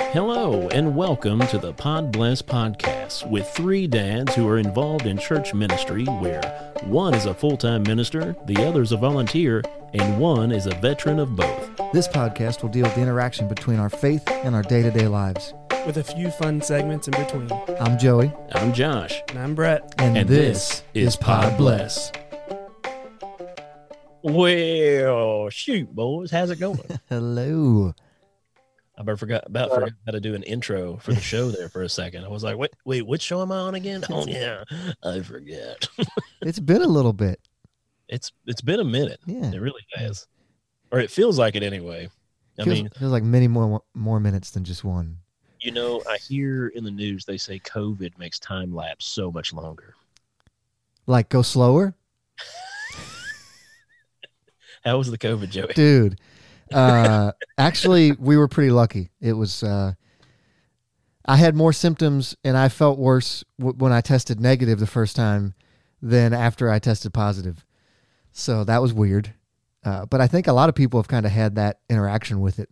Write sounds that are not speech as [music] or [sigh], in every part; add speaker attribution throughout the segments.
Speaker 1: Hello, and welcome to the Pod Bless Podcast with three dads who are involved in church ministry where one is a full time minister, the other is a volunteer, and one is a veteran of both.
Speaker 2: This podcast will deal with the interaction between our faith and our day to day lives.
Speaker 3: with a few fun segments in between.
Speaker 2: I'm Joey,
Speaker 1: I'm Josh,
Speaker 3: And I'm Brett.
Speaker 2: and,
Speaker 1: and this is Pod Bless. Well, shoot, boys, how's it [laughs] going?
Speaker 2: Hello.
Speaker 1: I about forgot about forgot how to do an intro for the show there for a second. I was like, wait, wait, which show am I on [laughs] again? Oh yeah, I forget.
Speaker 2: It's been a little bit.
Speaker 1: It's it's been a minute.
Speaker 2: Yeah.
Speaker 1: It really has. Or it feels like it anyway. I
Speaker 2: feels,
Speaker 1: mean,
Speaker 2: feels like many more more minutes than just one.
Speaker 1: you know, I hear in the news they say COVID makes time lapse so much longer.
Speaker 2: Like go slower,
Speaker 1: How was the COVID,
Speaker 2: [laughs]
Speaker 1: Joey?
Speaker 2: dude. Uh, actually, we were pretty lucky. It was. Uh, I had more symptoms, and I felt worse w- when I tested negative the first time than after I tested positive. So that was weird. Uh, but I think a lot of people have kind of had that interaction with it.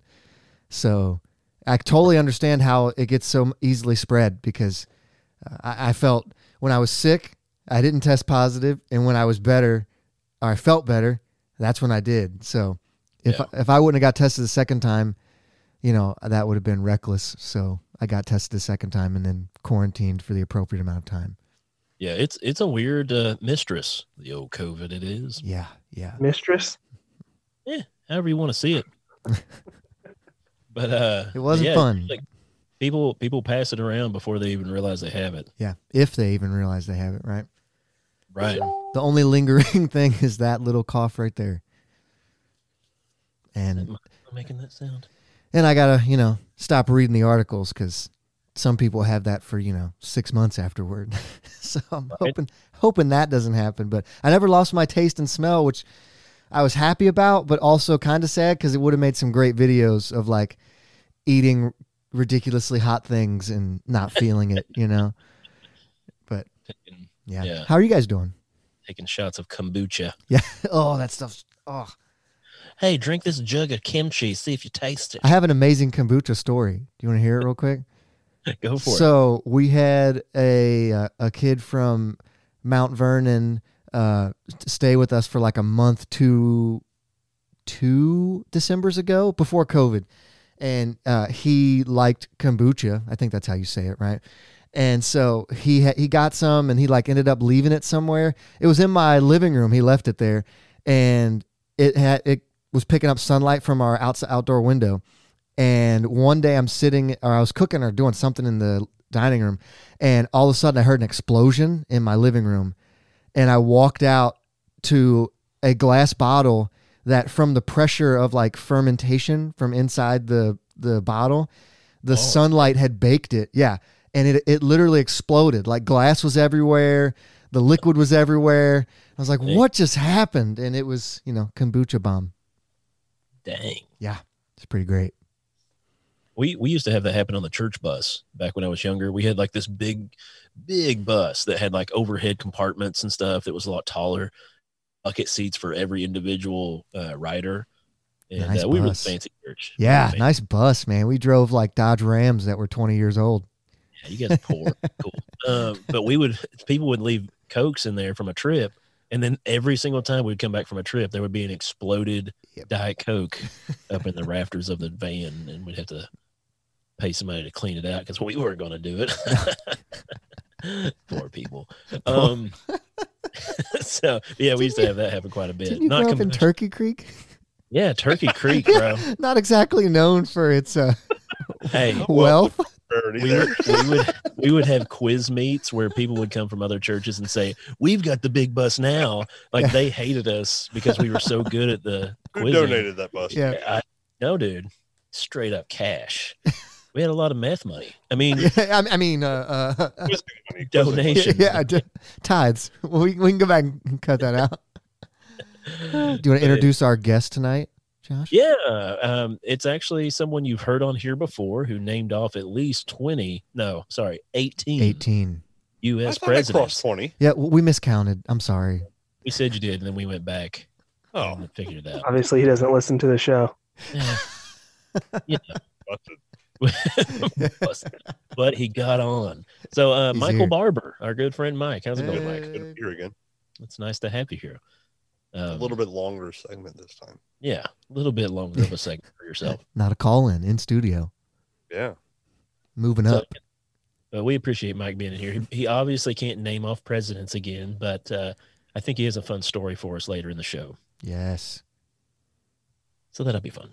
Speaker 2: So I totally understand how it gets so easily spread because uh, I, I felt when I was sick, I didn't test positive, and when I was better, or I felt better, that's when I did. So if
Speaker 1: Yeah.
Speaker 2: if I wouldn't have got tested the second time, you know that would have been reckless. So I got tested the second time and then quarantined for the appropriate amount of time.
Speaker 1: Yeah, it's it's a weird uh, mistress, the old COVID it is.
Speaker 2: Yeah, yeah.
Speaker 3: Mistress.
Speaker 1: However you want to
Speaker 2: [laughs]
Speaker 1: see it. but uh
Speaker 2: It wasn't
Speaker 1: yeah,
Speaker 2: fun.
Speaker 1: like people people pass it around before they even realize they have it.
Speaker 2: Yeah, if they even realize they have it, right?
Speaker 1: Right.
Speaker 2: The only lingering [laughs] thing is that little cough right there. And
Speaker 1: Am I making that sound?
Speaker 2: and I gotta you know stop reading the articles because some people have that for you know six months afterward. [laughs] so I'm
Speaker 1: Right.
Speaker 2: hoping hoping that doesn't happen. But I never lost my taste and smell, which I was happy about, but also kind of sad because it would have made some great videos of like eating ridiculously hot things and not feeling it. You know.
Speaker 1: [laughs]
Speaker 2: But
Speaker 1: Taking,
Speaker 2: yeah.
Speaker 1: Yeah.
Speaker 2: how are you guys doing? [laughs]
Speaker 1: taking shots of kombucha.
Speaker 2: Oh, that stuff's oh.
Speaker 1: Hey, drink this jug of kimchi. See if you taste it.
Speaker 2: I have an amazing kombucha story. Do you want to hear it real quick?
Speaker 1: [laughs] Go for it.
Speaker 2: so we had a uh, a kid from Mount Vernon uh, t- stay with us for like a month two two December's ago before COVID, and uh, he liked kombucha. I think that's how you say it, right? And so he ha- he got some, and he like ended up leaving it somewhere. It was in my living room. He left it there, and it had it was picking up sunlight from our outside outdoor window. And one day I'm sitting, or I was cooking or doing something in the dining room, and all of a sudden I heard an explosion in my living room, and I walked out to a glass bottle that, from the pressure of like fermentation from inside the the bottle, the
Speaker 1: Oh.
Speaker 2: sunlight had baked it. Yeah, and it it literally exploded. Like glass was everywhere, the liquid was everywhere. I was like,
Speaker 1: Dang.
Speaker 2: "What just happened?" And it was you know kombucha bomb.
Speaker 1: Dang.
Speaker 2: It's pretty great.
Speaker 1: We we used to have that happen on the church bus back when I was younger. We had like this big, big bus that had like overhead compartments and stuff that was a lot taller, bucket seats for every individual uh, rider. And
Speaker 2: Nice
Speaker 1: uh, we were the
Speaker 2: bus.
Speaker 1: fancy church. We were
Speaker 2: Yeah,
Speaker 1: fancy.
Speaker 2: nice bus, man. We drove like Dodge Rams that were 20 years old.
Speaker 1: Yeah, you guys poor. cool. Um, but we would [laughs] people would leave cokes in there from a trip, and then every single time we'd come back from a trip, there would be an exploded
Speaker 2: Yep.
Speaker 1: diet
Speaker 2: [laughs]
Speaker 1: coke up in the rafters of the van, and we'd have to pay somebody to clean it out because we weren't going to do
Speaker 2: [laughs]
Speaker 1: it. poor people. Um, [laughs] so yeah, we used to have that happen quite a bit.
Speaker 2: Didn't you grow up in
Speaker 1: commercial-
Speaker 2: Turkey Creek? [laughs]
Speaker 1: yeah, Turkey Creek, bro.
Speaker 2: Not exactly known for its uh,
Speaker 1: hey,
Speaker 2: wealth.
Speaker 1: we would, we would we would have quiz meets where people would come from other churches and say we've got the big bus now like they hated us because we were so good at the
Speaker 4: Who
Speaker 1: quiz
Speaker 4: donated that bus?
Speaker 2: Yeah.
Speaker 1: no dude straight up cash we had a lot of meth money i
Speaker 2: [laughs]
Speaker 1: mean
Speaker 2: I, I mean, uh, uh, [laughs]
Speaker 1: donation
Speaker 2: yeah, d- tithes. [laughs] We, we can go back and [laughs] cut that out. Do you want to introduce our guest tonight, Josh?
Speaker 1: yeah um, it's actually someone you've heard on here before who named off at least 20 no sorry 18,
Speaker 2: 18.
Speaker 1: u.s
Speaker 4: President.
Speaker 1: presidents
Speaker 4: twenty.
Speaker 2: Yeah, w- we miscounted. I'm sorry.
Speaker 1: we said you did and then we went back
Speaker 4: Oh,
Speaker 1: and figured it out
Speaker 3: Obviously, he doesn't listen to the show.
Speaker 1: Yeah.
Speaker 4: busted.
Speaker 1: but he got on. So uh,
Speaker 2: He's
Speaker 1: Michael
Speaker 2: here.
Speaker 1: Barber, our good friend Mike, how's it going, Mike?
Speaker 2: Hey.
Speaker 4: Here again.
Speaker 1: It's nice to have you here.
Speaker 4: A
Speaker 1: Um,
Speaker 4: little bit longer segment this time.
Speaker 1: yeah, a little bit longer of a segment for yourself.
Speaker 2: [laughs] Not a call in in studio.
Speaker 4: Yeah.
Speaker 2: Moving
Speaker 1: So-
Speaker 2: up.
Speaker 1: But we appreciate Mike being in here. He, he obviously can't name off presidents again, but uh, I think he has a fun story for us later in the show.
Speaker 2: Yes.
Speaker 1: So that'll be fun.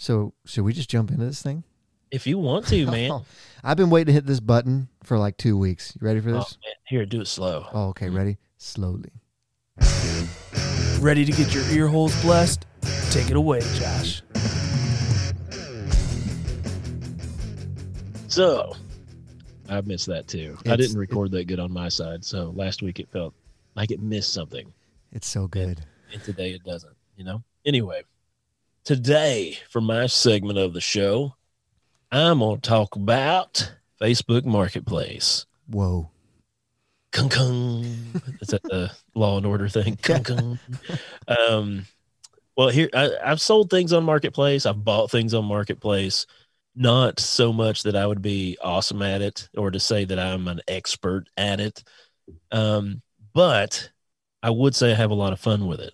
Speaker 2: So should we just jump into this thing?
Speaker 1: If you want to,
Speaker 2: [laughs]
Speaker 1: man.
Speaker 2: Oh, I've been waiting to hit this button for like two weeks. You ready for
Speaker 1: Oh,
Speaker 2: this?
Speaker 1: man. Mm-hmm. Here, do it slow.
Speaker 2: Oh, okay. Ready? Slowly.
Speaker 3: Ready to get your ear holes blessed? Take it away, Josh.
Speaker 1: So I missed that too. I
Speaker 2: It's-
Speaker 1: didn't record that good on my side. So last week it felt like it missed something,
Speaker 2: It's so good.
Speaker 1: and today it doesn't, you know? Anyway, today for my segment of the show, I'm going to talk about Facebook Marketplace.
Speaker 2: Whoa.
Speaker 1: Kung kung. Is that the [laughs] Law and Order thing? Kung kung. Um, well, here I, I've sold things on Marketplace. I've bought things on Marketplace. Not so much that I would be awesome at it, or to say that I'm an expert at it. Um, but I would say I have a lot of fun with it.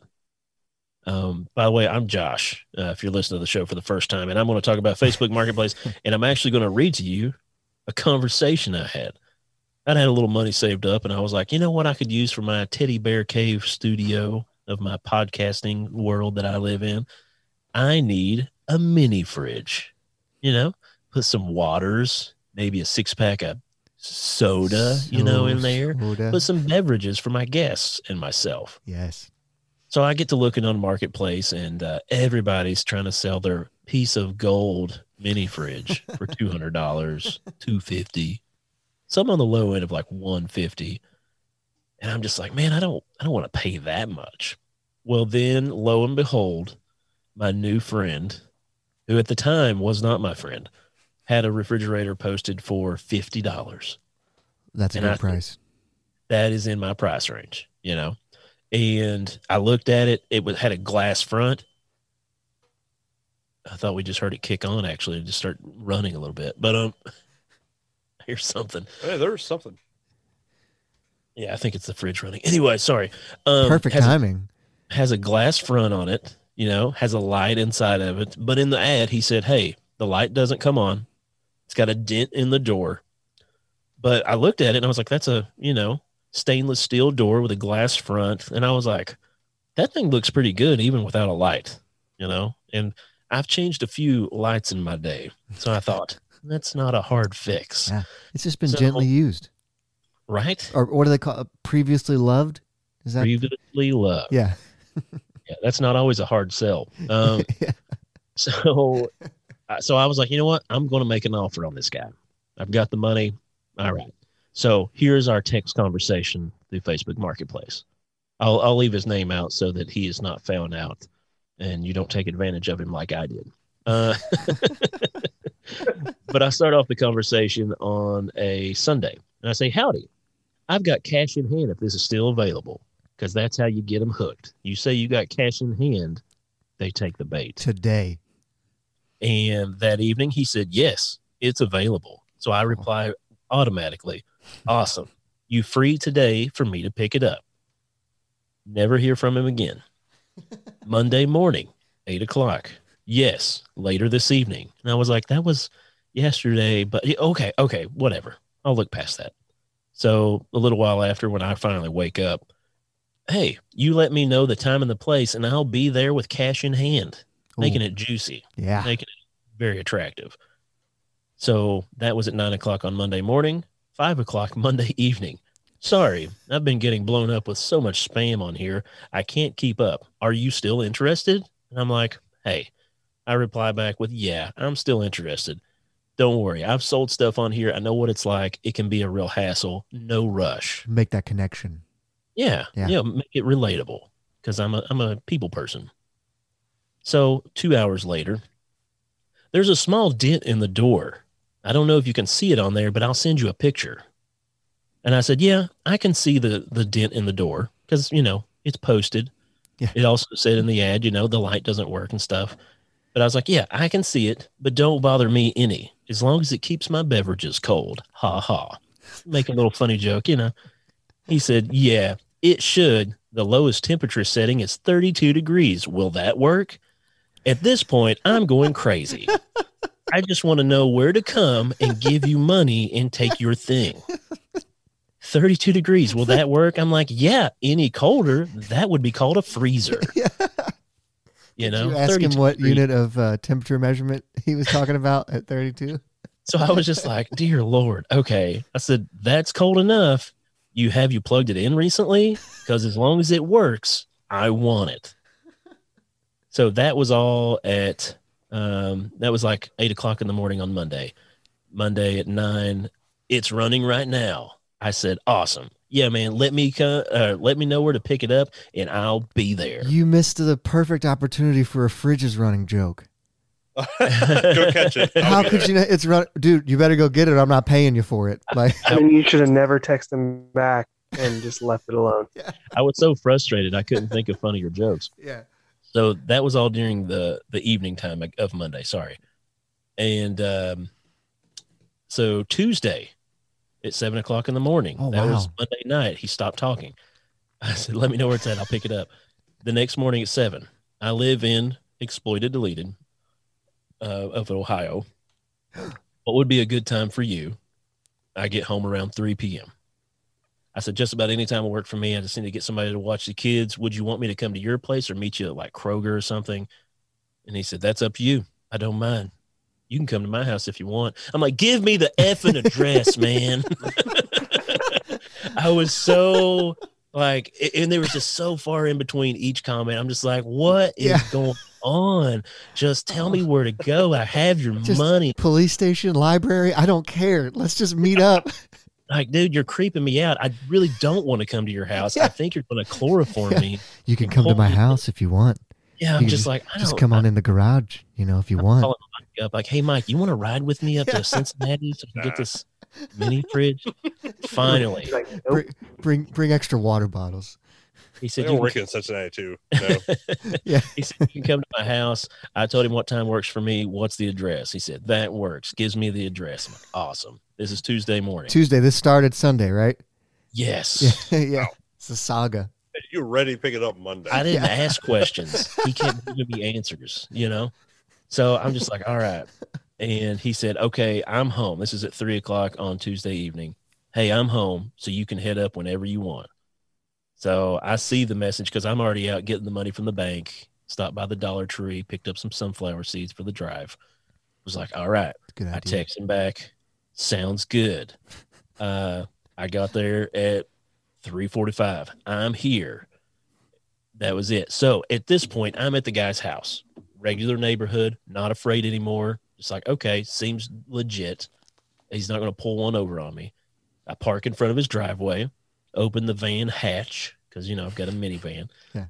Speaker 1: Um, by the way, I'm Josh. Uh, if you're listening to the show for the first time, and I'm going to talk about Facebook Marketplace, and I'm actually going to read to you a conversation I had. I'd had a little money saved up, and I was like, you know what, I could use for my teddy bear cave studio of my podcasting world that I live in. I need a mini fridge, you know, put some waters, maybe a six pack of soda, you know, in
Speaker 2: So-
Speaker 1: there,
Speaker 2: Soda.
Speaker 1: put some beverages for my guests and myself.
Speaker 2: Yes.
Speaker 1: So I get to looking on marketplace, and uh, everybody's trying to sell their piece of gold mini fridge for two hundred dollars, two fifty, some on the low end of like one fifty. And I'm just like, man, I don't, I don't want to pay that much. Well, then, lo and behold, my new friend, who at the time was not my friend, had a refrigerator posted for fifty dollars
Speaker 2: That's a
Speaker 1: And
Speaker 2: good
Speaker 1: I-
Speaker 2: price.
Speaker 1: that is in my price range, you know. And I looked at it, it was had a glass front. I thought we just heard it kick on actually and just start running a little bit. But um [laughs] here's something.
Speaker 4: Hey,
Speaker 1: [laughs]
Speaker 4: there's something. [laughs]
Speaker 1: Yeah, I think it's the fridge running. Anyway, sorry. Um
Speaker 2: Perfect
Speaker 1: has a-
Speaker 2: timing.
Speaker 1: has a glass front on it, you know, has a light inside of it. But in the ad, he said, Hey, the light doesn't come on. It's got a dent in the door. But I looked at it and I was like, That's a, you know, stainless steel door with a glass front. And I was like, That thing looks pretty good even without a light, you know? And I've changed a few lights in my day. So I thought, That's not a hard fix,
Speaker 2: Yeah. It's just been
Speaker 1: So-
Speaker 2: gently used.
Speaker 1: right?
Speaker 2: Or what do they call it? Previously loved? Is that?
Speaker 1: Previously loved.
Speaker 2: yeah.
Speaker 1: yeah, that's not always a hard sell. Um,
Speaker 2: [laughs]
Speaker 1: [laughs] so, uh, so I was like, you know what? I'm going to make an offer on this guy. I've got the money. All right. So here's our text conversation through Facebook Marketplace. I'll I'll leave his name out so that he is not found out, and you don't take advantage of him like I did. Uh, [laughs] but I start off the conversation on a Sunday, and I say, "Howdy, I've got cash in hand if this is still available." because that's how you get them hooked. You say you got cash in hand, they take the bait.
Speaker 2: Today.
Speaker 1: And that evening, he said, Yes, it's available. So I reply automatically, Awesome. You free today for me to pick it up. Never hear from him again. Monday morning, eight o'clock. Yes, later this evening. And I was like, That was yesterday, but yeah, okay, okay, whatever. I'll look past that. So a little while after, when I finally wake up, hey, you let me know the time and the place, and I'll be there with cash in hand, making
Speaker 2: Ooh,
Speaker 1: it juicy
Speaker 2: Yeah.
Speaker 1: making it very attractive. So that was at nine o'clock on Monday morning, five o'clock [laughs] Monday evening. Sorry, I've been getting blown up with so much spam on here. I can't keep up. Are you still interested? And I'm like, hey, I reply back with, yeah, I'm still interested. Don't worry. I've sold stuff on here. I know what it's like. It can be a real hassle. No rush.
Speaker 2: Make that connection.
Speaker 1: Yeah,
Speaker 2: Yeah.
Speaker 1: yeah, make it relatable because I'm a I'm a people person. So two hours later, there's a small dent in the door. I don't know if you can see it on there, but I'll send you a picture. And I said, Yeah, I can see the the dent in the door because you know it's posted.
Speaker 2: Yeah.
Speaker 1: It also said in the ad, you know, the light doesn't work and stuff. But I was like, yeah, I can see it, but don't bother me any. As long as it keeps my beverages cold. Ha ha. Make a little funny joke, you know. He said, yeah, it should. The lowest temperature setting is 32 degrees. Will that work? At this point, I'm going crazy. I just want to know where to come and give you money and take your thing. 32 degrees. Will that work? I'm like, yeah, any colder, that would be called a freezer.
Speaker 2: [laughs] Yeah.
Speaker 1: You
Speaker 2: Did
Speaker 1: know,
Speaker 2: you ask him
Speaker 1: 32
Speaker 2: what
Speaker 1: degrees.
Speaker 2: unit of uh, temperature measurement he was talking about
Speaker 1: [laughs]
Speaker 2: at 32.
Speaker 1: So I was just like, dear Lord, okay. I said, that's cold enough. You have you plugged it in recently? Because as long as it works, I want it. So that was all at um, that was like eight o'clock in the morning on Monday. Monday at nine, it's running right now. I said, awesome. Yeah, man. Let me co- uh, let me know where to pick it up, and I'll be there.
Speaker 2: You missed the perfect opportunity for a fridges running joke.
Speaker 4: Go catch it. I'll
Speaker 2: How
Speaker 4: be
Speaker 2: could
Speaker 4: there.
Speaker 2: you? Not, it's run, dude. You better go get it. I'm not paying you for it.
Speaker 1: [laughs]
Speaker 2: Like,
Speaker 1: I-
Speaker 5: I mean, you should have never texted him back and just left it alone.
Speaker 1: I was so frustrated, I couldn't think of funnier jokes.
Speaker 2: yeah.
Speaker 1: so that was all during the the evening time of monday sorry and um so tuesday at seven o'clock in the morning
Speaker 2: Oh,
Speaker 1: that was
Speaker 2: wow.
Speaker 1: monday night he stopped talking [laughs] i said let me know where it's at i'll pick it up the next morning at seven i live in exploited deleted uh, of
Speaker 2: [gasps]
Speaker 1: ohio what would be a good time for you i get home around 3 p.m I said, just about any time will work for me. I just need to get somebody to watch the kids. Would you want me to come to your place or meet you at like Kroger or something? And he said, that's up to you. I don't mind. You can come to my house if you want. I'm like, give me the effing
Speaker 2: [laughs]
Speaker 1: address, man. I was so like, a- and there was just so far in between each comment. I'm just like, what is
Speaker 2: Yeah.
Speaker 1: going on? Just tell me where to go. I have your
Speaker 2: Just-
Speaker 1: money.
Speaker 2: Police station, library. I don't care. Let's just meet up.
Speaker 1: Like, dude, you're creeping me out. I really don't want to come to your house. I
Speaker 2: [laughs] Yeah.
Speaker 1: think you're going to chloroform
Speaker 2: Yeah.
Speaker 1: me.
Speaker 2: You can come to my house if you want.
Speaker 1: Yeah, I'm
Speaker 2: You
Speaker 1: just,
Speaker 2: just-
Speaker 1: like, I
Speaker 2: Just
Speaker 1: don't-
Speaker 2: come on
Speaker 1: I
Speaker 2: in the garage. You know, if you want.
Speaker 1: calling pick up like, hey Mike, you want to ride with me up
Speaker 2: Yeah.
Speaker 1: to Cincinnati so we can
Speaker 4: Nah.
Speaker 1: get
Speaker 2: [laughs]
Speaker 1: this mini fridge? Finally,
Speaker 5: He's like, nope.
Speaker 2: Bring, bring bring extra water bottles.
Speaker 1: he
Speaker 4: They
Speaker 1: said,
Speaker 4: don't
Speaker 1: you
Speaker 4: work in
Speaker 1: [laughs]
Speaker 4: Cincinnati too. No.
Speaker 1: He said, You can come to my house. I told him what time works for me. What's the address? He said, That works. Gives me the address. I'm like, Awesome. This is Tuesday morning.
Speaker 2: Tuesday. This started Sunday, right? [laughs]
Speaker 1: yes.
Speaker 2: Yeah, yeah. It's a saga.
Speaker 4: you ready to pick it up Monday?
Speaker 1: I didn't
Speaker 2: Yeah.
Speaker 1: ask questions. He kept giving me answers, you know? So I'm just like, all right. And he said, okay, I'm home. This is at three o'clock on Tuesday evening. Hey, I'm home. So you can head up whenever you want. So I see the message because I'm already out getting the money from the bank. Stopped by the Dollar Tree, picked up some sunflower seeds for the drive. Was like, all right.
Speaker 2: Good
Speaker 1: I
Speaker 2: idea.
Speaker 1: text him back. Sounds good. Uh, I got there at 3:45. I'm here. That was it. So at this point, I'm at the guy's house. Regular neighborhood, not afraid anymore. It's like, okay, seems legit. He's not going to pull one over on me. I park in front of his driveway, open the van hatch because you know I've got a minivan.
Speaker 2: Yeah.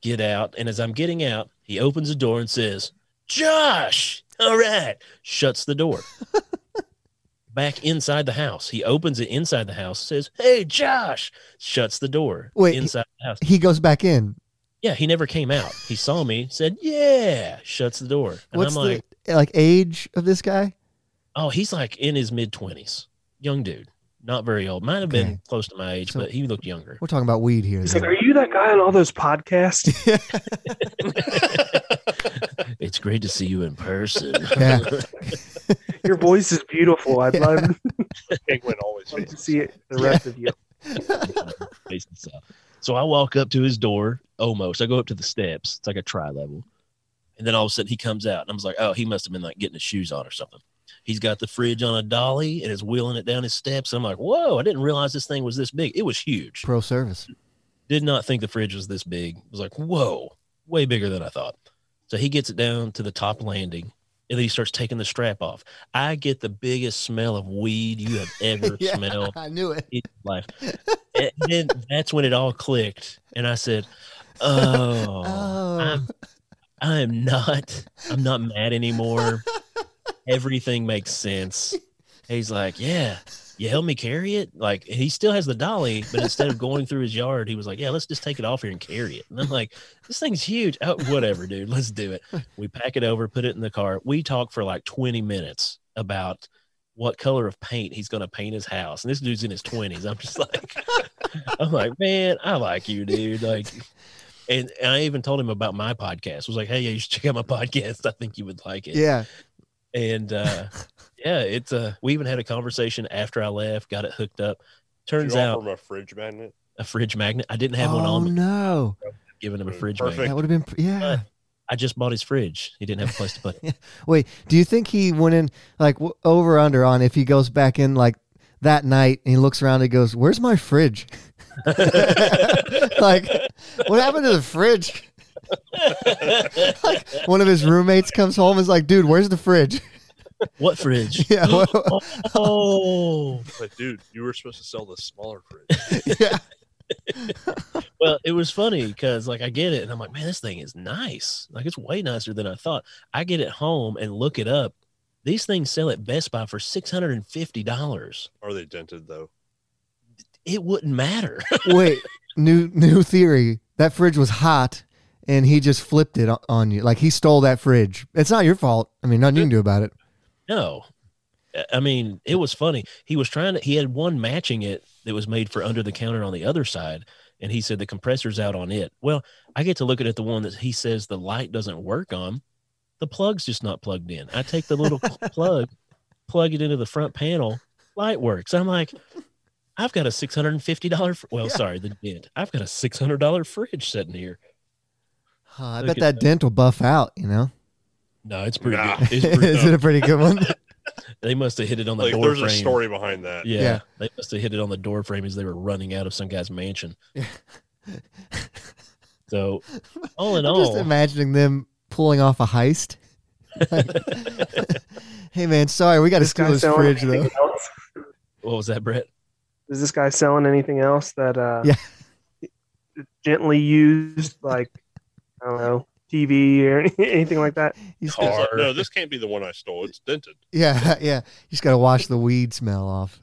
Speaker 1: Get out, and as I'm getting out, he opens the door and says, "Josh, all right." Shuts the
Speaker 2: [laughs]
Speaker 1: door. Back inside the house, he opens it inside the house. Says, "Hey, Josh." Shuts the door.
Speaker 2: Wait,
Speaker 1: inside the house.
Speaker 2: He goes back in.
Speaker 1: Yeah, he never came out. He saw me. Said, "Yeah." Shuts the door, and
Speaker 2: What's
Speaker 1: I'm like,
Speaker 2: the like age of this guy?
Speaker 1: Oh, he's like in his mid twenties, young dude, not very old. Might have
Speaker 2: Okay.
Speaker 1: been close to my age,
Speaker 2: So-
Speaker 1: but he looked younger.
Speaker 2: We're talking about weed here.
Speaker 5: He's
Speaker 2: though.
Speaker 5: like, are you that guy on all those podcasts?
Speaker 1: [laughs] It's great to see you in person. [laughs]
Speaker 2: yeah.
Speaker 3: [laughs]
Speaker 5: Your voice is beautiful. I'd
Speaker 2: Yeah.
Speaker 5: love,
Speaker 4: Penguin always
Speaker 5: love to
Speaker 4: wins.
Speaker 5: see it. The
Speaker 3: [laughs]
Speaker 5: rest of you.
Speaker 1: Face and stuff. so I walk up to his door almost. I go up to the steps. It's like a tri level, and then all of a sudden he comes out, and I was like, "Oh, he must have been like getting his shoes on or something." He's got the fridge on a dolly and is wheeling it down his steps. I'm like, "Whoa!" I didn't realize this thing was this big. It was huge.
Speaker 2: [laughs] Pro service.
Speaker 1: did not think the fridge was this big. was like, whoa, way bigger than I thought. So he gets it down to the top landing and then he starts taking the strap off. I get the biggest smell of weed you have ever
Speaker 2: Yeah.
Speaker 1: smelled
Speaker 2: I knew it.
Speaker 1: in your life. And then that's when it all clicked. And I said, oh, I'm, [laughs] I am not, I'm not mad anymore. Everything makes sense. And he's like, yeah, you help me carry it? Like he still has the dolly, but instead of going through his yard, he was like, yeah, let's just take it off here and carry it. And I'm like, this thing's huge. Oh, whatever, dude, let's do it. We pack it over, put it in the car. We talk for like 20 minutes about what color of paint he's going to paint his house. And this dude's in his 20s. I'm just like, [laughs] I'm like, man, I like you, dude. Like, and, and I even told him about my podcast. I was like, hey, yeah, you should check out my podcast. I think you would like it
Speaker 2: Yeah.
Speaker 1: and uh yeah it's uh we even had a conversation after i left got it hooked up [laughs] turns
Speaker 4: you offer
Speaker 1: out
Speaker 4: him a fridge magnet.
Speaker 1: a fridge magnet i didn't have one
Speaker 2: oh
Speaker 1: on me
Speaker 2: no,
Speaker 1: giving him a fridge
Speaker 4: Perfect.
Speaker 1: magnet
Speaker 2: that would have been yeah.
Speaker 1: i just bought his fridge he didn't have a place to put it
Speaker 2: Wait, do you think he went in like w- over or under on if he goes back in like that night and he looks around and goes, "Where's my fridge?" [laughs] like, what happened to the fridge? like, one of his roommates comes home and is like, "Dude, where's the fridge?" [laughs]
Speaker 1: [laughs] what fridge
Speaker 2: yeah, well,
Speaker 1: [laughs]
Speaker 2: [laughs]
Speaker 1: oh
Speaker 4: But dude, you were supposed to sell the smaller
Speaker 1: [laughs]
Speaker 4: fridge.
Speaker 2: yeah,
Speaker 1: well it was funny because like i get it and i'm like man this thing is nice like it's way nicer than i thought i get it home and look it up these things sell at best buy for $650
Speaker 4: Are they dented though?
Speaker 1: it wouldn't matter
Speaker 2: Wait, new new theory. That fridge was hot, and he just flipped it o- on you. Like he stole that fridge. It's not your fault. I mean, nothing you can do about it.
Speaker 1: No. I- I mean, it was funny. He was trying to, he had one matching it that was made for under the counter on the other side. And he said the compressor's out on it. Well, I get to look at it, the one that he says the light doesn't work on. The plug's just not plugged in. I take the little plug, plug it into the front panel, light works. I'm like, I've got a $650, fr- well,
Speaker 2: Yeah.
Speaker 1: sorry, the dent. I've got a $600 fridge sitting here.
Speaker 2: Huh, I
Speaker 1: Look
Speaker 2: bet
Speaker 1: at
Speaker 2: that
Speaker 1: that.
Speaker 2: dent will buff out. You know,
Speaker 1: No, it's pretty
Speaker 4: Nah.
Speaker 1: good.
Speaker 2: [laughs]
Speaker 1: It's pretty,
Speaker 2: is it a pretty good one?
Speaker 1: they must have hit it on the
Speaker 4: Like,
Speaker 1: door
Speaker 4: there's
Speaker 1: frame.
Speaker 4: a story behind that.
Speaker 1: Yeah,
Speaker 2: Yeah.
Speaker 1: they must have hit it on the door frame as they were running out of some guy's
Speaker 2: [laughs]
Speaker 1: mansion.
Speaker 2: Yeah.
Speaker 1: so, all in
Speaker 2: I'm
Speaker 1: all,
Speaker 2: just imagining them pulling off a heist. [laughs] Like, hey man, sorry, we got to
Speaker 5: This
Speaker 2: steal
Speaker 5: guy
Speaker 2: this
Speaker 5: selling
Speaker 2: fridge though.
Speaker 5: anything else?
Speaker 1: what was that, Brett?
Speaker 5: Is this guy selling anything else that uh,
Speaker 2: Yeah.
Speaker 5: gently used, like I don't know, TV or [laughs] anything like that?
Speaker 2: He's-
Speaker 4: It's like,
Speaker 1: Car.
Speaker 4: no, this can't be the one I stole. It's dented.
Speaker 2: yeah, [laughs] yeah. You just got to wash the weed smell off.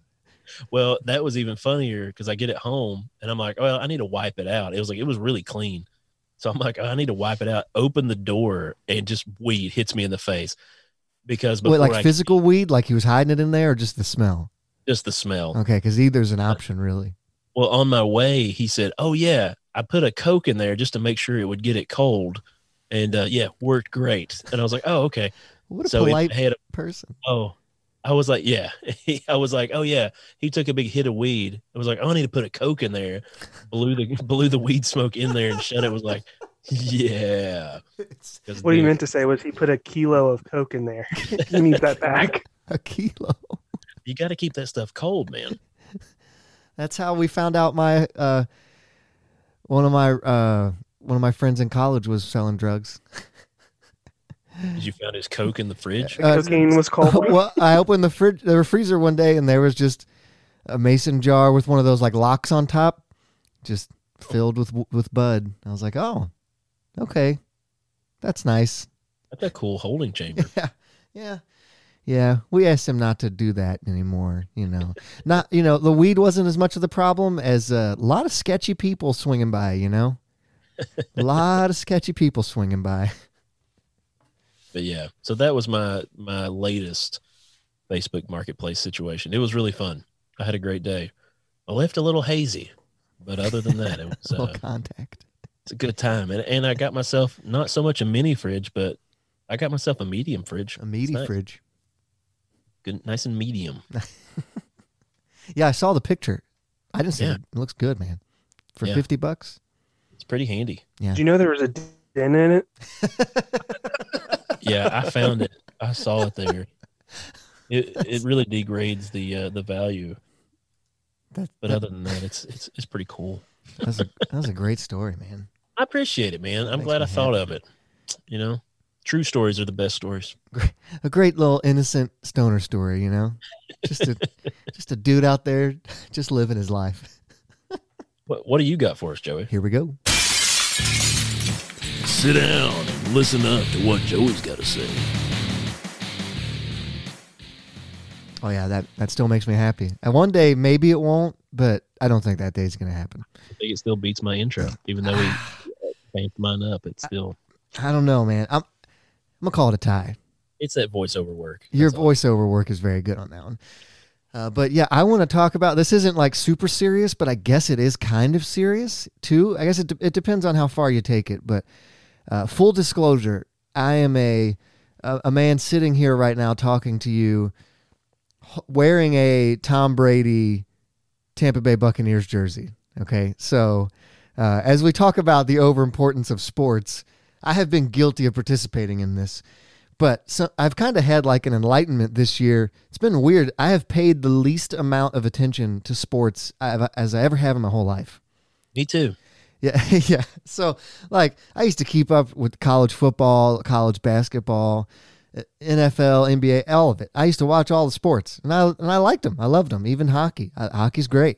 Speaker 1: Well, that was even funnier because I get it home and I'm like, well, I need to wipe it out. It was like it was really clean, so I'm like, oh, I need to wipe it out. Open the door and just weed hits me in the face because before
Speaker 2: Wait, like
Speaker 1: I,
Speaker 2: physical weed? Like he was hiding it in there, or just the smell?
Speaker 1: just the smell.
Speaker 2: Okay, because either's an option, really.
Speaker 1: Well, on my way, he said, "Oh yeah, I put a Coke in there just to make sure it would get it cold." And uh, yeah, worked great. And I was like, "Oh, okay."
Speaker 2: What a
Speaker 1: so it
Speaker 2: polite
Speaker 1: had a
Speaker 2: person. [laughs]
Speaker 1: Oh, I was like, yeah. [laughs] I was like, oh yeah. He took a big hit of weed. I was like, oh, I need to put a coke in there. Blew the [laughs] blew the weed smoke in there and shut it. Was like, yeah. 'Cause
Speaker 5: What he
Speaker 1: dude,
Speaker 5: meant to say was he put a kilo of coke in there. [laughs] he needs
Speaker 2: [laughs]
Speaker 5: that back.
Speaker 2: A kilo.
Speaker 1: You got to keep that stuff cold, man.
Speaker 2: That's how we found out my uh, one of my uh, one of my friends in college was selling drugs.
Speaker 1: Did you found his coke in the fridge?
Speaker 2: Uh,
Speaker 5: Cocaine was
Speaker 2: [laughs]
Speaker 5: called.
Speaker 1: Oh,
Speaker 2: well, I opened the fridge, the freezer one day, and there was just a mason jar with one of those like locks on top, just filled with with bud. I was like, oh, okay, that's nice. [laughs]
Speaker 1: That's a cool holding chamber.
Speaker 2: Yeah. Yeah, we asked him not to do that anymore,
Speaker 1: [laughs]
Speaker 2: you know. Not, you know, the weed wasn't as much of the problem as a lot of sketchy people swinging by, you
Speaker 1: [laughs]
Speaker 2: know. a lot of sketchy people swinging by.
Speaker 1: But yeah, so that was my my latest Facebook Marketplace situation. It was really fun. I had a great day. I left a little hazy, but other than that, it was
Speaker 2: [laughs] Little
Speaker 1: uh,
Speaker 2: contact.
Speaker 1: it's a good time. And and I got myself not so much a mini fridge, but I got myself a medium fridge.
Speaker 2: A meaty
Speaker 1: nice.
Speaker 2: fridge.
Speaker 1: Good, nice and medium.
Speaker 2: Yeah, I saw the picture. I didn't see
Speaker 1: Yeah.
Speaker 2: it. It looks good, man. For
Speaker 1: Yeah.
Speaker 2: 50 bucks?
Speaker 1: It's pretty handy.
Speaker 5: Do you know there was a dent in it?
Speaker 1: Yeah, I found it. I saw it there. It it really degrades the uh, the value.
Speaker 2: That,
Speaker 1: But
Speaker 2: that-
Speaker 1: other than that, it's it's it's pretty cool.
Speaker 2: [laughs] that's a, that was a great story, man.
Speaker 1: I appreciate it, man. I'm
Speaker 2: Makes
Speaker 1: glad
Speaker 2: me
Speaker 1: I thought of it. You know, true stories are the best stories.
Speaker 2: A great little innocent stoner story, you know.
Speaker 1: [laughs]
Speaker 2: Just a just a dude out there just living his life.
Speaker 1: What what do you got for us, Joey?
Speaker 2: Here we go.
Speaker 1: Sit down and listen up to what Joey's got to say.
Speaker 2: Oh yeah, that that still makes me happy. And one day maybe it won't, but I don't think that day's gonna happen.
Speaker 1: I think it still beats my intro, even though we vamped mine up. It's still
Speaker 2: I don't know, man. I'm I'm gonna call it a tie.
Speaker 1: it's that voiceover work.
Speaker 2: Your
Speaker 1: That's all.
Speaker 2: voiceover work is very good on that one. Uh, but yeah, I want to talk about this. Isn't like super serious, but I guess it is kind of serious too. I guess it, de- it depends on how far you take it. But uh, full disclosure, I am a, a a man sitting here right now talking to you, h- wearing a Tom Brady Tampa Bay Buccaneers jersey. Okay, so uh, as we talk about the overimportance of sports, I have been guilty of participating in this but so I've kind of had like an enlightenment this year. It's been weird. I have paid the least amount of attention to sports I've, as I ever have in my whole life. [laughs]
Speaker 1: Me too.
Speaker 2: Yeah, [laughs] yeah. So like I used to keep up with college football, college basketball, uh, NFL, NBA, all of it. I used to watch all the sports, and I and I liked them. I loved them. Even hockey. Uh, hockey's great.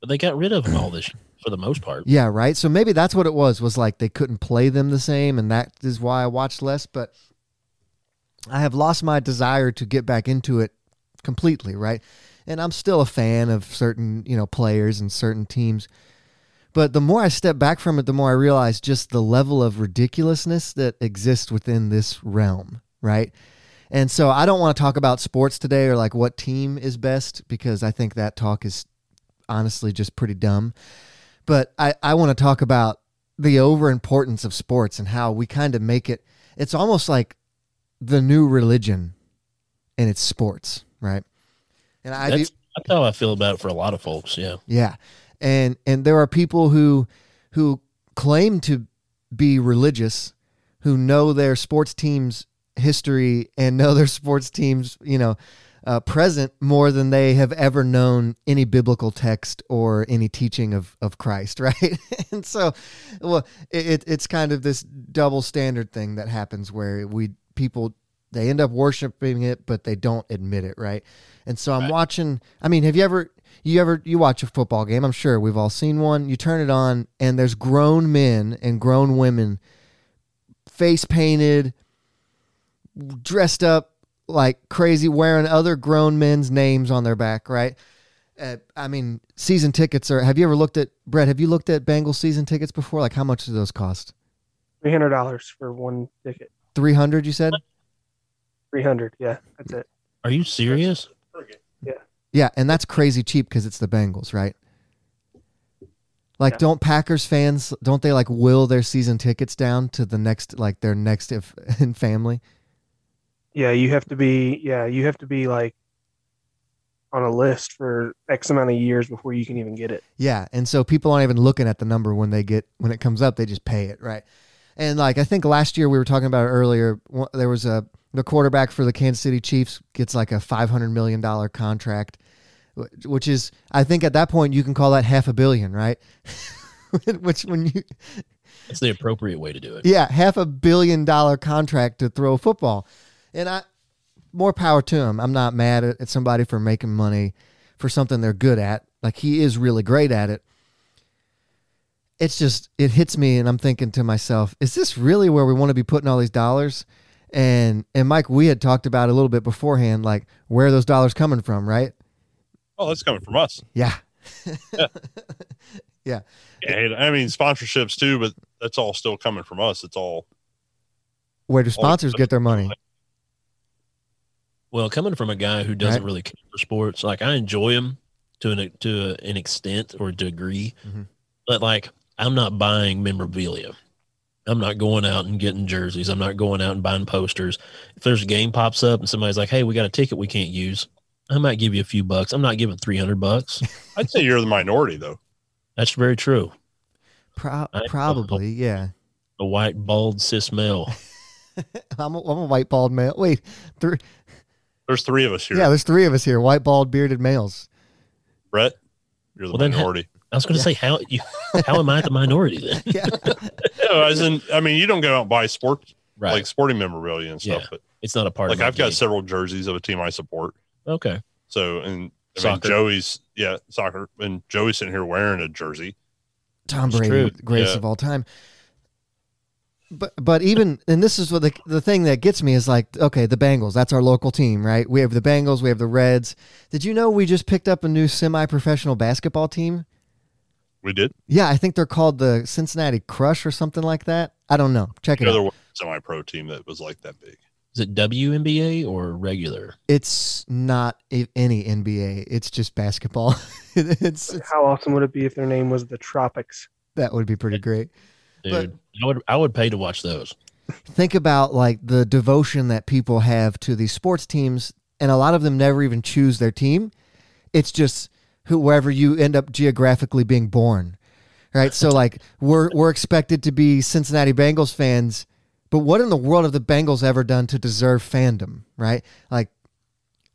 Speaker 1: But they got rid of them all this year, for the most part.
Speaker 2: Yeah, right. So maybe that's what it was. Was like they couldn't play them the same, and that is why I watched less. But I have lost my desire to get back into it completely, right? And I'm still a fan of certain, you know, players and certain teams. But the more I step back from it, the more I realize just the level of ridiculousness that exists within this realm, right? And so I don't want to talk about sports today or like what team is best because I think that talk is honestly just pretty dumb but I, I want to talk about the overimportance of sports and how we kind of make it it's almost like the new religion and it's sports right and i do
Speaker 1: That's, that's how I feel about it for a lot of folks. Yeah.
Speaker 2: yeah and and there are people who who claim to be religious who know their sports team's history and know their sports team's you know uh, present more than they have ever known any biblical text or any teaching of, of Christ, [laughs] right? and so, well, it, it, it's kind of this double standard thing that happens where we people they end up worshiping it, but they don't admit it, right? And so I'm
Speaker 1: Right.
Speaker 2: watching. I mean, have you ever you ever you watch a football game? I'm sure we've all seen one. You turn it on, and there's grown men and grown women, face painted, dressed up like crazy, wearing other grown men's names on their back, right? Uh, I mean, season tickets are. Have you ever looked at Brett? Have you looked at Bengals season tickets before? Like, how much do those cost?
Speaker 5: Three hundred dollars for one ticket.
Speaker 2: Three hundred, you said?
Speaker 5: Three hundred. Yeah, that's it.
Speaker 1: Are you serious?
Speaker 2: Yeah, and that's crazy cheap because it's the Bengals, right? Like,
Speaker 5: Yeah.
Speaker 2: don't Packers fans don't they like will their season tickets down to the next like their next if [laughs] in family?
Speaker 5: Yeah, you have to be. Yeah, you have to be like on a list for X amount of years before you can even get it.
Speaker 2: Yeah, and so people aren't even looking at the number when they get when it comes up. They just pay it, right? And like I think last year we were talking about it earlier. wh- There was a the quarterback for the Kansas City Chiefs gets like a five hundred million dollar contract, wh- which is I think at that point you can call that half a billion, right? [laughs] which when you
Speaker 1: That's the appropriate way to do it.
Speaker 2: Yeah, half a billion dollar contract to throw football. And I more power to him. I'm not mad at, at somebody for making money for something they're good at. Like he is really great at it. It's just it hits me and I'm thinking to myself, is this really where we want to be putting all these dollars? And and Mike, we had talked about a little bit beforehand, like where are those dollars coming from, right?
Speaker 4: Oh, that's coming from us.
Speaker 2: Yeah.
Speaker 4: And I mean sponsorships too, but that's all still coming from us. It's all
Speaker 2: [laughs] Where do sponsors get their money?
Speaker 1: Well, coming from a guy who doesn't
Speaker 2: Right.
Speaker 1: really care for sports, like I enjoy them to an to an extent or degree,
Speaker 2: Mhm.
Speaker 1: but like I'm not buying memorabilia. I'm not going out and getting jerseys. I'm not going out and buying posters. If there's a game pops up and somebody's like, "Hey, we got a ticket we can't use," I might give you a few bucks. I'm not giving 300
Speaker 2: [laughs]
Speaker 1: bucks.
Speaker 4: I'd say you're the minority though.
Speaker 1: That's very true.
Speaker 2: Pro-
Speaker 1: I-
Speaker 2: probably, yeah.
Speaker 1: The white bald cis male.
Speaker 2: I'm a, I'm a white bald male. Wait, three,
Speaker 4: There's three of us here.
Speaker 2: Yeah, there's three of us here, white, bald, bearded males.
Speaker 4: Brett, you're the
Speaker 1: Well, then ha-
Speaker 4: minority.
Speaker 1: I was going to say how you, how am I the minority
Speaker 2: [laughs]
Speaker 1: then?
Speaker 2: Yeah.
Speaker 4: No, as in, I mean, you don't go out and buy sport
Speaker 1: Right.
Speaker 4: like sporting memorabilia and stuff,
Speaker 1: Yeah. it's not a part
Speaker 4: but like
Speaker 1: of my
Speaker 4: I've got
Speaker 1: game.
Speaker 4: several jerseys of a team I support.
Speaker 1: Okay.
Speaker 4: So and I mean,
Speaker 1: Soccer.
Speaker 4: Joey's yeah soccer and Joey's sitting here wearing a jersey.
Speaker 2: Tom
Speaker 1: It's
Speaker 2: Brady,
Speaker 1: true.
Speaker 2: greatest
Speaker 4: Yeah.
Speaker 2: of all time. But but even and this is what the the thing that gets me is like okay the Bengals that's our local team right we have the Bengals we have the Reds did you know we just picked up a new semi professional basketball team
Speaker 4: We did.
Speaker 2: yeah I think they're called the Cincinnati Crush or something like that I don't know check it out
Speaker 4: Another semi pro team that was like that big.
Speaker 1: Is it WNBA or regular?
Speaker 2: it's not a, any NBA it's just basketball [laughs] it's, it's
Speaker 5: How awesome would it be if their name was the Tropics?
Speaker 2: that would be pretty great
Speaker 1: Dude,
Speaker 2: But-
Speaker 1: I would I would pay to watch those.
Speaker 2: think about like the devotion that people have to these sports teams and a lot of them never even choose their team it's just whoever you end up geographically being born right
Speaker 1: [laughs]
Speaker 2: so like we're we're expected to be Cincinnati Bengals fans but what in the world have the Bengals ever done to deserve fandom right like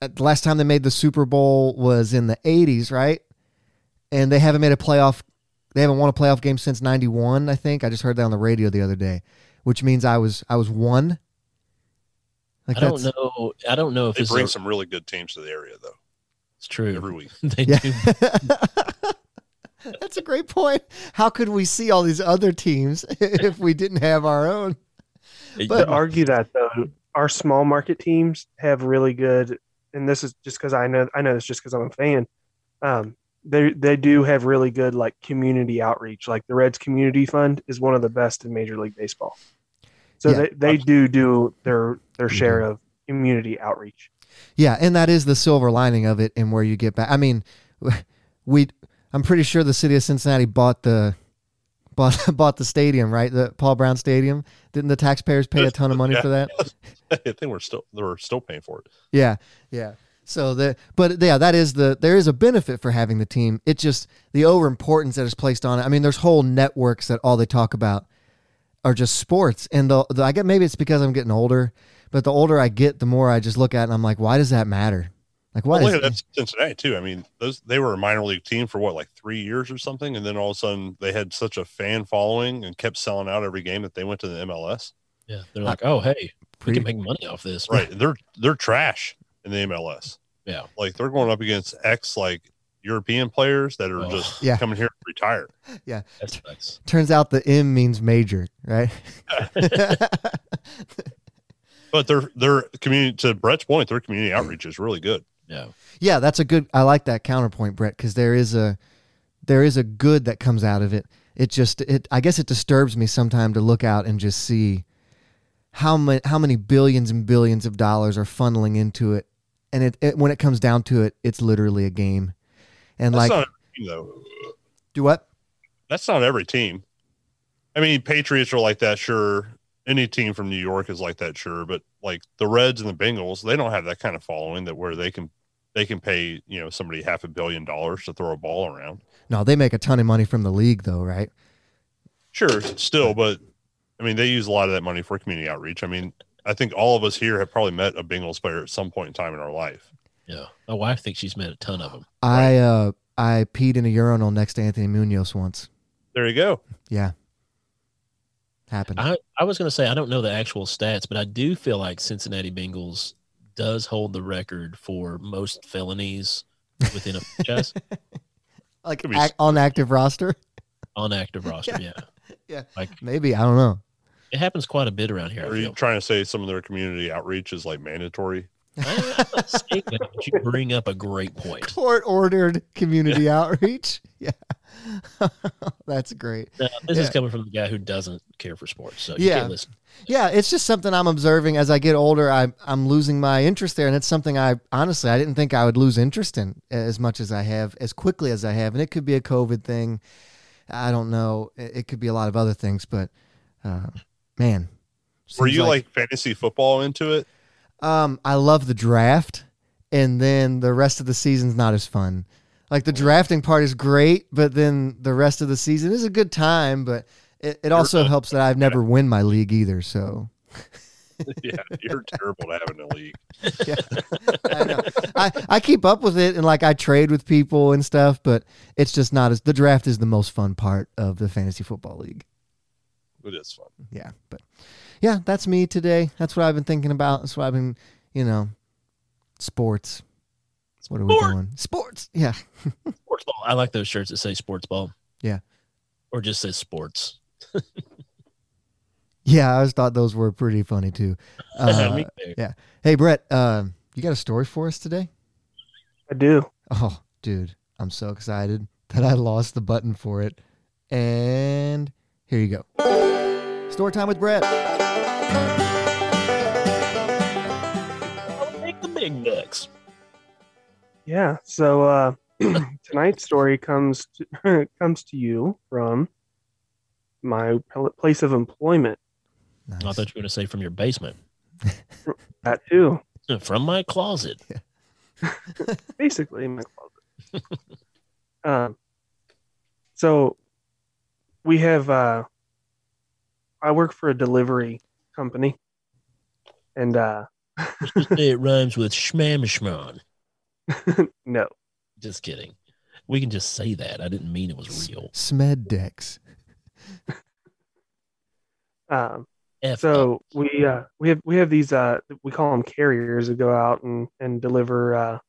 Speaker 2: uh, the last time they made the Super Bowl was in the 80s right and they haven't made a playoff they haven't won a playoff game since 91 I think I just heard that on the radio the other day which means I was I was one. Like
Speaker 1: I don't
Speaker 2: that's
Speaker 1: know. I don't know if
Speaker 4: They
Speaker 1: this
Speaker 4: bring
Speaker 1: is
Speaker 4: some really good teams to the area though
Speaker 1: it's true.
Speaker 4: every week.
Speaker 1: [laughs]
Speaker 4: [laughs]
Speaker 1: they
Speaker 2: yeah.
Speaker 1: do.
Speaker 2: [laughs] that's a great point. How could we see all these other teams [laughs] if we didn't have our own?
Speaker 1: It-
Speaker 2: But
Speaker 5: to argue that though our small market teams have really good and this is just because i know i know this just because i'm a fan um, they they do have really good like community outreach like the reds community fund is one of the best in major league baseball so
Speaker 2: Yeah.
Speaker 5: they, they do do their their
Speaker 2: They
Speaker 5: share of community outreach
Speaker 2: Yeah, and that is the silver lining of it, and where you get back. I mean, [laughs] we I'm pretty sure the city of Cincinnati bought the bought [laughs] bought the stadium, right? The Paul Brown Stadium. Didn't the taxpayers pay a ton of money for that?
Speaker 4: I think we're still they're still paying for it.
Speaker 2: Yeah, yeah. So the but yeah, that is the there is a benefit for having the team. It just the overimportance that is placed on it. I mean, there's whole networks that all they talk about are just sports, and the, the I get maybe it's because I'm getting older, but the older I get, the more I just look at it and I'm like, why does that matter? Like, why?
Speaker 4: Well, Oh, look
Speaker 2: Is,
Speaker 4: at that Cincinnati too. I mean, those they were a minor league team for what like three years or something, and then all of a sudden they had such a fan following and kept selling out every game that they went to the MLS.
Speaker 1: yeah, they're like, oh hey, we
Speaker 2: pretty-
Speaker 1: can make money off this.
Speaker 4: Right, and they're they're trash in the MLS.
Speaker 1: Yeah.
Speaker 4: like they're going up against ex like European players that are
Speaker 1: Oh.
Speaker 4: just
Speaker 2: Yeah.
Speaker 4: coming here to retire.
Speaker 1: That's nice.
Speaker 2: turns out the M means major, right? [laughs]
Speaker 4: But their their community to Brett's point, their community outreach is really good.
Speaker 1: Yeah.
Speaker 2: Yeah, that's a good. I like that counterpoint, Brett, because there is a there is a good that comes out of it. It just it. I guess it disturbs me sometime to look out and just see how many how many billions and billions of dollars are funneling into it, and it, it when it comes down to it, it's literally a game. And like,
Speaker 4: That's not every team though.
Speaker 2: do what?
Speaker 4: That's not every team. I mean, Patriots are like that, sure. Any team from New York is like that, sure. But like the Reds and the Bengals, they don't have that kind of following that where they can they can pay you know somebody half a billion dollars to throw a ball around.
Speaker 2: No, they make a ton of money from the league, though, right?
Speaker 4: Sure, still, but I mean, they use a lot of that money for community outreach. I mean, I think all of us here have probably met a Bengals player at some point in time in our life.
Speaker 1: Yeah. My wife thinks she's met a ton of them.
Speaker 2: I uh I peed in a urinal next to Anthony Munoz once.
Speaker 4: There you go.
Speaker 2: Yeah, happened.
Speaker 1: I, I was going to say, I don't know the actual stats, but I do feel like Cincinnati Bengals does hold the record for most felonies within a
Speaker 2: [laughs]
Speaker 1: franchise
Speaker 2: like
Speaker 4: could be-
Speaker 2: ac- on active roster, [laughs]
Speaker 1: on active roster. Yeah.
Speaker 2: Yeah.
Speaker 1: Like
Speaker 2: maybe I don't know.
Speaker 1: it happens quite a bit around here. I
Speaker 4: Are you
Speaker 1: feel.
Speaker 4: trying to say some of their community outreach is like mandatory?
Speaker 1: I'm not saying that, but you bring up a great point.
Speaker 2: [laughs] court ordered community outreach. [laughs] Yeah. That's great.
Speaker 1: Now, this is
Speaker 2: Yeah.
Speaker 1: coming from the guy who doesn't care for sports. So
Speaker 2: Yeah.
Speaker 1: yeah. listen.
Speaker 2: Yeah, it's just something I'm observing as I get older. I, I'm losing my interest there. And it's something I honestly, I didn't think I would lose interest in as much as I have, as quickly as I have. And it could be a COVID thing. I don't know. It, it could be a lot of other things, but uh, man.
Speaker 4: Were
Speaker 2: seems
Speaker 4: you like fantasy football into it?
Speaker 2: Um, I love the draft, and then the rest of the season's not as fun. Like the drafting part is great, but then the rest of the season is a good time. But it, it also
Speaker 4: Sure.
Speaker 2: helps that I've never win my league either. So
Speaker 4: [laughs] yeah, you're terrible to have in the league.
Speaker 2: I, know. I I keep up with it, and like I trade with people and stuff. But it's just not as the draft is the most fun part of the fantasy football league.
Speaker 4: It is fun.
Speaker 2: yeah, but yeah, that's me today. That's what I've been thinking about. That's what I've been, you know, sports. What are we
Speaker 1: Sport.
Speaker 2: doing? Sports. Yeah.
Speaker 1: Sports ball. I like those shirts that say sports ball.
Speaker 2: Yeah.
Speaker 1: Or just says sports.
Speaker 2: Yeah, I always thought those were pretty funny too.
Speaker 1: [laughs]
Speaker 2: Uh,
Speaker 1: Me too.
Speaker 2: hey, Brett, um, you got a story for us today?
Speaker 5: I do.
Speaker 2: Oh, dude, I'm so excited that I lost the button for it. And here you go. Story time with Brett.
Speaker 1: I'll make the big bucks.
Speaker 5: Yeah. So uh, [clears throat] tonight's story comes to, [laughs] comes to you from my pel- place of employment.
Speaker 2: Nice.
Speaker 1: I thought you were going to say from your basement, [laughs]
Speaker 5: That too,
Speaker 1: from my closet.
Speaker 5: basically in my closet. um, so we have. Uh, I work for a delivery company, and uh,
Speaker 1: it rhymes with shmamishmon.
Speaker 5: no,
Speaker 1: Just kidding. We can just say that. I didn't mean it was real.
Speaker 2: Smed Dex.
Speaker 5: um,
Speaker 1: F
Speaker 5: So we uh, we have we have these uh, we call them carriers who go out and and deliver uh,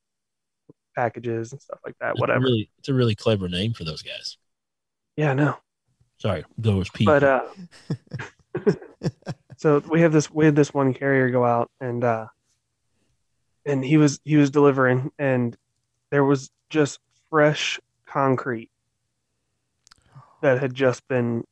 Speaker 5: packages and stuff like that.
Speaker 1: It's a
Speaker 5: Whatever.
Speaker 1: really- it's a really clever name for those guys.
Speaker 5: Yeah, no.
Speaker 1: Sorry, those people.
Speaker 5: But
Speaker 1: [laughs]
Speaker 5: [laughs] uh, so we have this we had this one carrier go out and uh, and he was he was delivering and there was just fresh concrete that had just been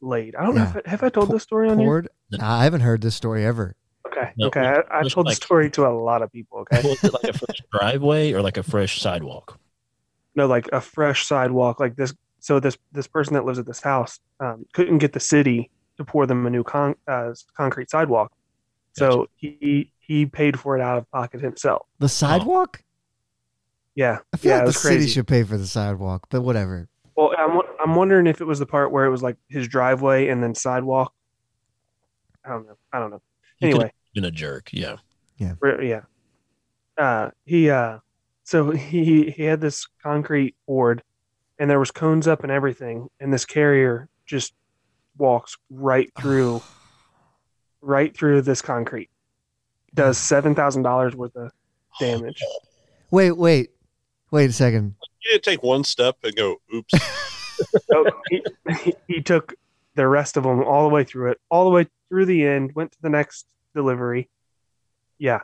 Speaker 5: laid. I don't know.
Speaker 2: Yeah.
Speaker 5: If I, have I told
Speaker 2: Pou-
Speaker 5: this story on here?
Speaker 2: Poured? Nah, I haven't heard this story ever.
Speaker 5: Okay.
Speaker 1: No,
Speaker 5: okay. I, I
Speaker 1: just
Speaker 5: told
Speaker 1: like-
Speaker 5: the story to a lot of people. Okay.
Speaker 1: was it like a fresh driveway or like a fresh sidewalk?
Speaker 5: no like a fresh sidewalk like this so this this person that lives at this house um, couldn't get the city to pour them a new con- uh, concrete sidewalk so he he paid for it out of pocket himself
Speaker 2: The sidewalk?
Speaker 5: yeah
Speaker 2: I feel
Speaker 5: yeah
Speaker 2: like
Speaker 5: it
Speaker 2: the
Speaker 5: was crazy
Speaker 2: city should pay for the sidewalk, but whatever.
Speaker 5: well I'm, wo- I'm wondering if it was the part where it was like his driveway and then sidewalk i don't know i don't know
Speaker 1: He could
Speaker 5: anyway
Speaker 1: have been a jerk. Yeah.
Speaker 5: Re- yeah. Uh, he uh, so [laughs] he he had this concrete board, and there was cones up and everything, and this carrier just walks right through, right through this concrete, does seven thousand dollars worth of damage.
Speaker 2: Wait, wait, wait a second.
Speaker 4: You didn't take one step and go, oops.
Speaker 5: so he, [laughs] he, he took the rest of them all the way through it, all the way through the end, went to the next delivery. Yeah.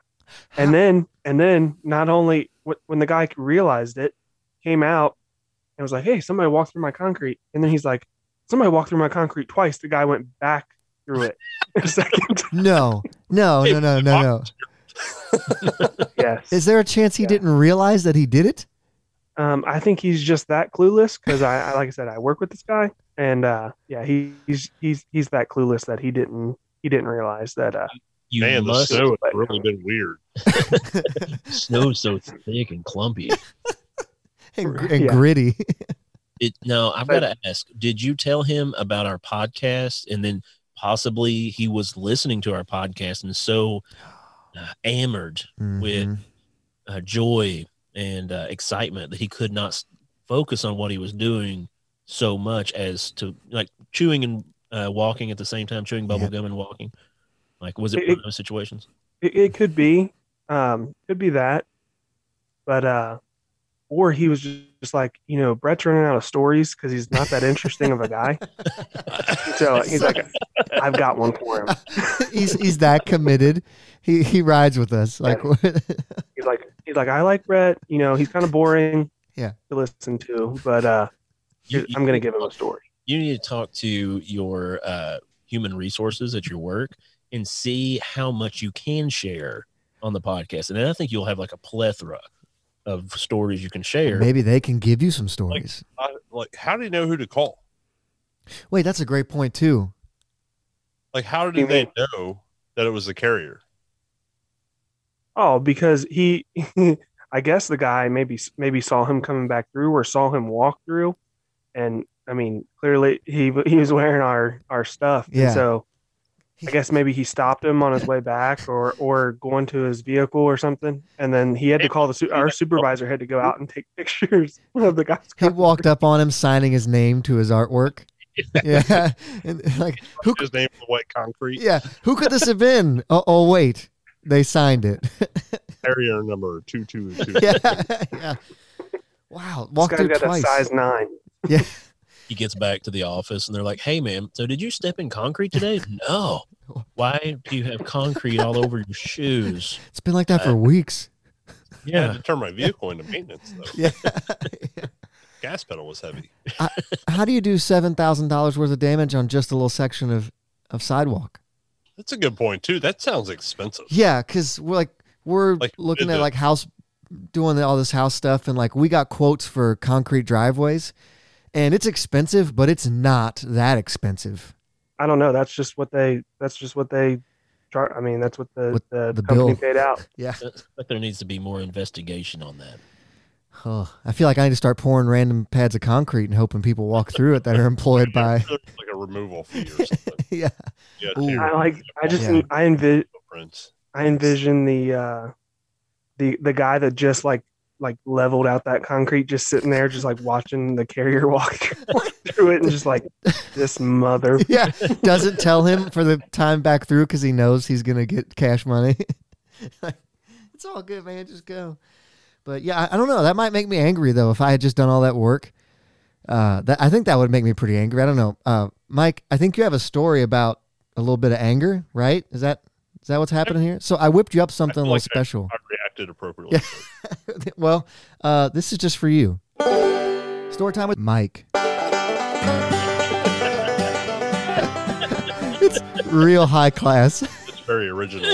Speaker 5: And then, and then not only wh- when the guy realized it, came out and was like, Hey, somebody walked through my concrete. And then he's like, Somebody walked through my concrete twice. The guy went back through it [laughs] a second. time.
Speaker 2: No, no, no, no, no, no.
Speaker 5: Yes.
Speaker 2: Is there a chance he
Speaker 5: Yeah.
Speaker 2: didn't realize that he did it?
Speaker 5: Um, I think he's just that clueless because I, I, like I said, I work with this guy, and uh, yeah, he, he's he's he's that clueless that he didn't he didn't realize that uh,
Speaker 1: You
Speaker 4: Man, the
Speaker 1: must snow.
Speaker 4: snow has really been weird.
Speaker 1: so thick and clumpy.
Speaker 2: And, gr- and
Speaker 5: Yeah.
Speaker 2: gritty. [laughs]
Speaker 1: It, no, I've got
Speaker 5: But-
Speaker 1: to ask. Did you tell him about our podcast, and then possibly he was listening to our podcast and so uh, amored With-
Speaker 2: Mhm.
Speaker 1: uh, joy and uh, excitement that he could not s- focus on what he was doing so much as to like chewing and uh, walking at the same time, chewing bubble
Speaker 2: Yeah.
Speaker 1: gum and walking. Like, was it
Speaker 5: It-
Speaker 1: one of those situations?
Speaker 5: It, it could be, um, could be that, but uh, or he was just, just like you know Brett's running out of stories because he's not that interesting of a guy. So he's like, I've got one for him.
Speaker 2: [laughs] he's he's that committed. He he rides with us. Like [laughs]
Speaker 5: He's like, he's like, I like Brett. You know, he's kind of boring.
Speaker 2: Yeah.
Speaker 5: to listen to, but uh,
Speaker 1: You- you-
Speaker 5: I'm gonna give him a story.
Speaker 1: you need to talk to your uh, human resources at your work and see how much you can share on the podcast. And then I think you'll have like a plethora of stories you can share.
Speaker 2: maybe they can give you some stories.
Speaker 4: I, like, how do you know who to call?
Speaker 2: Wait, that's a great point too.
Speaker 4: Like, how
Speaker 5: You
Speaker 4: did they know that it was the carrier?
Speaker 5: Oh, because he, [laughs] I guess the guy maybe maybe saw him coming back through or saw him walk through, and I mean clearly he he was wearing our our stuff, and
Speaker 2: Yeah.
Speaker 5: so I guess maybe he stopped him on his way back or or going to his vehicle or something, and then he had to call the su- our supervisor had to go out and take [laughs] pictures of the guys.
Speaker 2: He walked up on him, signing his name to his artwork. Yeah, [laughs] and like who?
Speaker 4: His name was Wet Concrete,
Speaker 2: Yeah, who could this have been? Oh, oh wait, they signed it. [laughs]
Speaker 4: carrier number 222.
Speaker 2: yeah, [laughs] yeah. Wow,
Speaker 5: This
Speaker 2: walked
Speaker 5: guy
Speaker 2: through
Speaker 5: got a
Speaker 2: twice.
Speaker 5: size nine.
Speaker 2: Yeah,
Speaker 1: he gets back to the office and they're like, "Hey, ma'am, so did you step in concrete
Speaker 2: [laughs]
Speaker 1: today?" no. Why do you have concrete all over your shoes?
Speaker 2: It's been like that for weeks. [laughs]
Speaker 4: I had to turn my vehicle into maintenance though.
Speaker 2: Yeah.
Speaker 4: Gas pedal was heavy.
Speaker 2: How do you do seven thousand dollars worth of damage on just a little section of of sidewalk?
Speaker 4: That's a good point too. That sounds expensive.
Speaker 2: Yeah, because we're like we're
Speaker 4: Like,
Speaker 2: looking
Speaker 4: is
Speaker 2: at
Speaker 4: it-
Speaker 2: like house doing all this house stuff, and like we got quotes for concrete driveways, and it's expensive, but it's not that expensive.
Speaker 5: I don't know. That's just what they. That's just what they. Char- I mean, that's what the
Speaker 2: What-
Speaker 5: the,
Speaker 2: the
Speaker 5: company
Speaker 2: bill.
Speaker 5: paid out.
Speaker 2: Yeah,
Speaker 1: But there needs to be more investigation on that.
Speaker 2: oh, I feel like I need to start pouring random pads of concrete and hoping people walk through it that are employed by. [laughs]
Speaker 4: There's like a removal fee or something.
Speaker 2: Yeah,
Speaker 4: Yeah,
Speaker 2: Ooh.
Speaker 5: I like. I just.
Speaker 2: Yeah.
Speaker 5: I envi-
Speaker 4: footprints.
Speaker 5: I envision the uh, the the guy that just like like leveled out that concrete, just sitting there, just like watching the carrier [laughs] walk through it, and just like this mother.
Speaker 2: yeah, [laughs] doesn't tell him for the time back through because he knows he's gonna get cash money. [laughs] Like, it's all good, man. Just go. But yeah, I, I don't know. That might make me angry though. If I had just done all that work, uh, that I think that would make me pretty angry. I don't know, uh, Mike. I think you have a story about a little bit of anger, right? Is that is that what's happening here? So I whipped you up something a little
Speaker 4: like that.
Speaker 2: special.
Speaker 4: I reacted appropriately.
Speaker 2: [laughs] well, uh, this is just for you. Story time with Mike. [laughs] it's real high class.
Speaker 4: It's very original.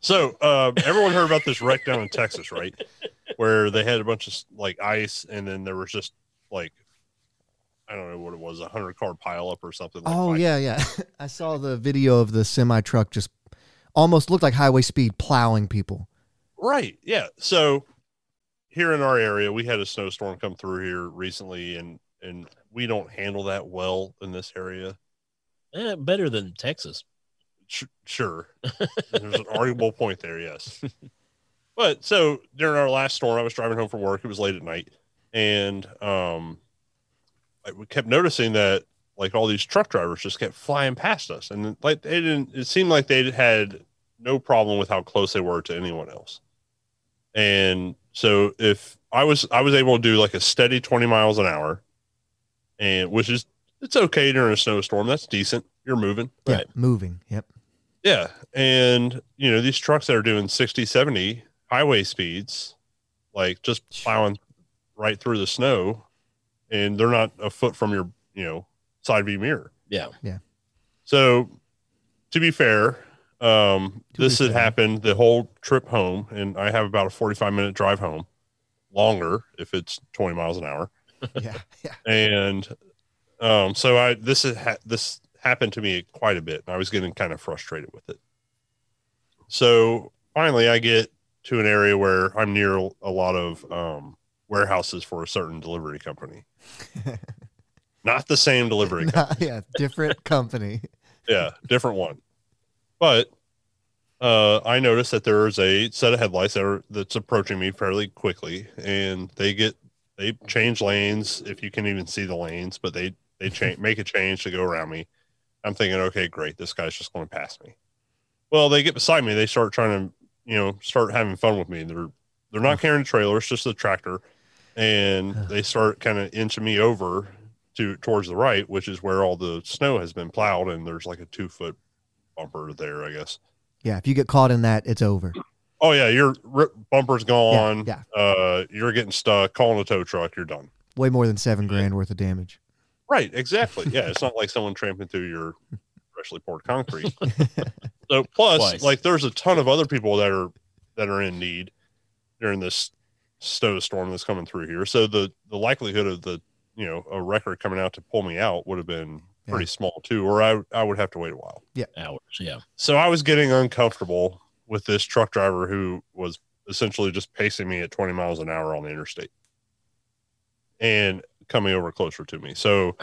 Speaker 4: so uh, everyone heard about this wreck down in Texas, right? Where they had a bunch of like ice, and then there was just like I don't know what it was, a hundred car pileup or something. Like
Speaker 2: Oh
Speaker 4: five-
Speaker 2: yeah, yeah. [laughs] I saw the video of the semi truck just almost looked like highway speed plowing people.
Speaker 4: Right. Yeah. So here in our area, we had a snowstorm come through here recently, and and we don't handle that well in this area.
Speaker 1: Eh, better than Texas.
Speaker 4: Sh- sure. There's an arguable point there, yes. [laughs] But so during our last storm, I was driving home from work. It was late at night, and um, I we kept noticing that like all these truck drivers just kept flying past us, and like they didn't. It seemed like they had no problem with how close they were to anyone else. And so if I was I was able to do like a steady twenty miles an hour, and which is it's okay during a snowstorm. That's decent. You're moving.
Speaker 2: Yeah, moving.
Speaker 1: [laughs]
Speaker 2: Yep.
Speaker 4: Yeah. And, you know, these trucks that are doing 60, 70 highway speeds, like just plowing right through the snow, and they're not a foot from your, you know, side view mirror.
Speaker 1: Yeah.
Speaker 2: Yeah.
Speaker 4: So, to be fair, um,
Speaker 2: To
Speaker 4: this
Speaker 2: be
Speaker 4: had
Speaker 2: fair.
Speaker 4: happened the whole trip home, and I have about a 45 minute drive home, longer if it's 20 miles an hour
Speaker 2: Yeah. Yeah.
Speaker 4: [laughs] and um, so I this is ha- this happened to me quite a bit, and I was getting kind of frustrated with it. So finally, I get to an area where I'm near a lot of um, warehouses for a certain delivery company. Not the same delivery
Speaker 2: [laughs]
Speaker 4: company,
Speaker 2: yeah. Different company.
Speaker 4: yeah, different one. But uh, I noticed that there is a set of headlights that are that's approaching me fairly quickly, and they get they change lanes if you can even see the lanes, but they they change make a change to go around me. I'm thinking, okay, great, this guy's just going to pass me. Well, they get beside me, they start trying to you know start having fun with me. They're they're not carrying a trailer, it's just a tractor, and they start kind of inching me over to towards the right, which is where all the snow has been plowed, and there's like a two foot bumper there, I guess.
Speaker 2: Yeah. If you get caught in that, it's over.
Speaker 4: Oh yeah, your rip bumper's
Speaker 2: Yeah.
Speaker 4: gone.
Speaker 2: yeah.
Speaker 4: Uh, you're getting stuck. Calling a tow truck. You're done.
Speaker 2: Way more than seven grand worth of damage.
Speaker 4: Right. Exactly. Yeah. it's not like someone tramping through your freshly poured concrete.
Speaker 2: [laughs]
Speaker 4: so plus,
Speaker 1: Twice.
Speaker 4: like, there's a ton of other people that are that are in need during this snowstorm that's coming through here. So the the likelihood of the you know a wrecker coming out to pull me out would have been pretty small too, or I I would have to wait a while.
Speaker 1: Hours.
Speaker 2: [laughs]
Speaker 1: Yeah.
Speaker 4: so I was getting uncomfortable with this truck driver who was essentially just pacing me at 20 miles an hour on the interstate and coming over closer to me. So,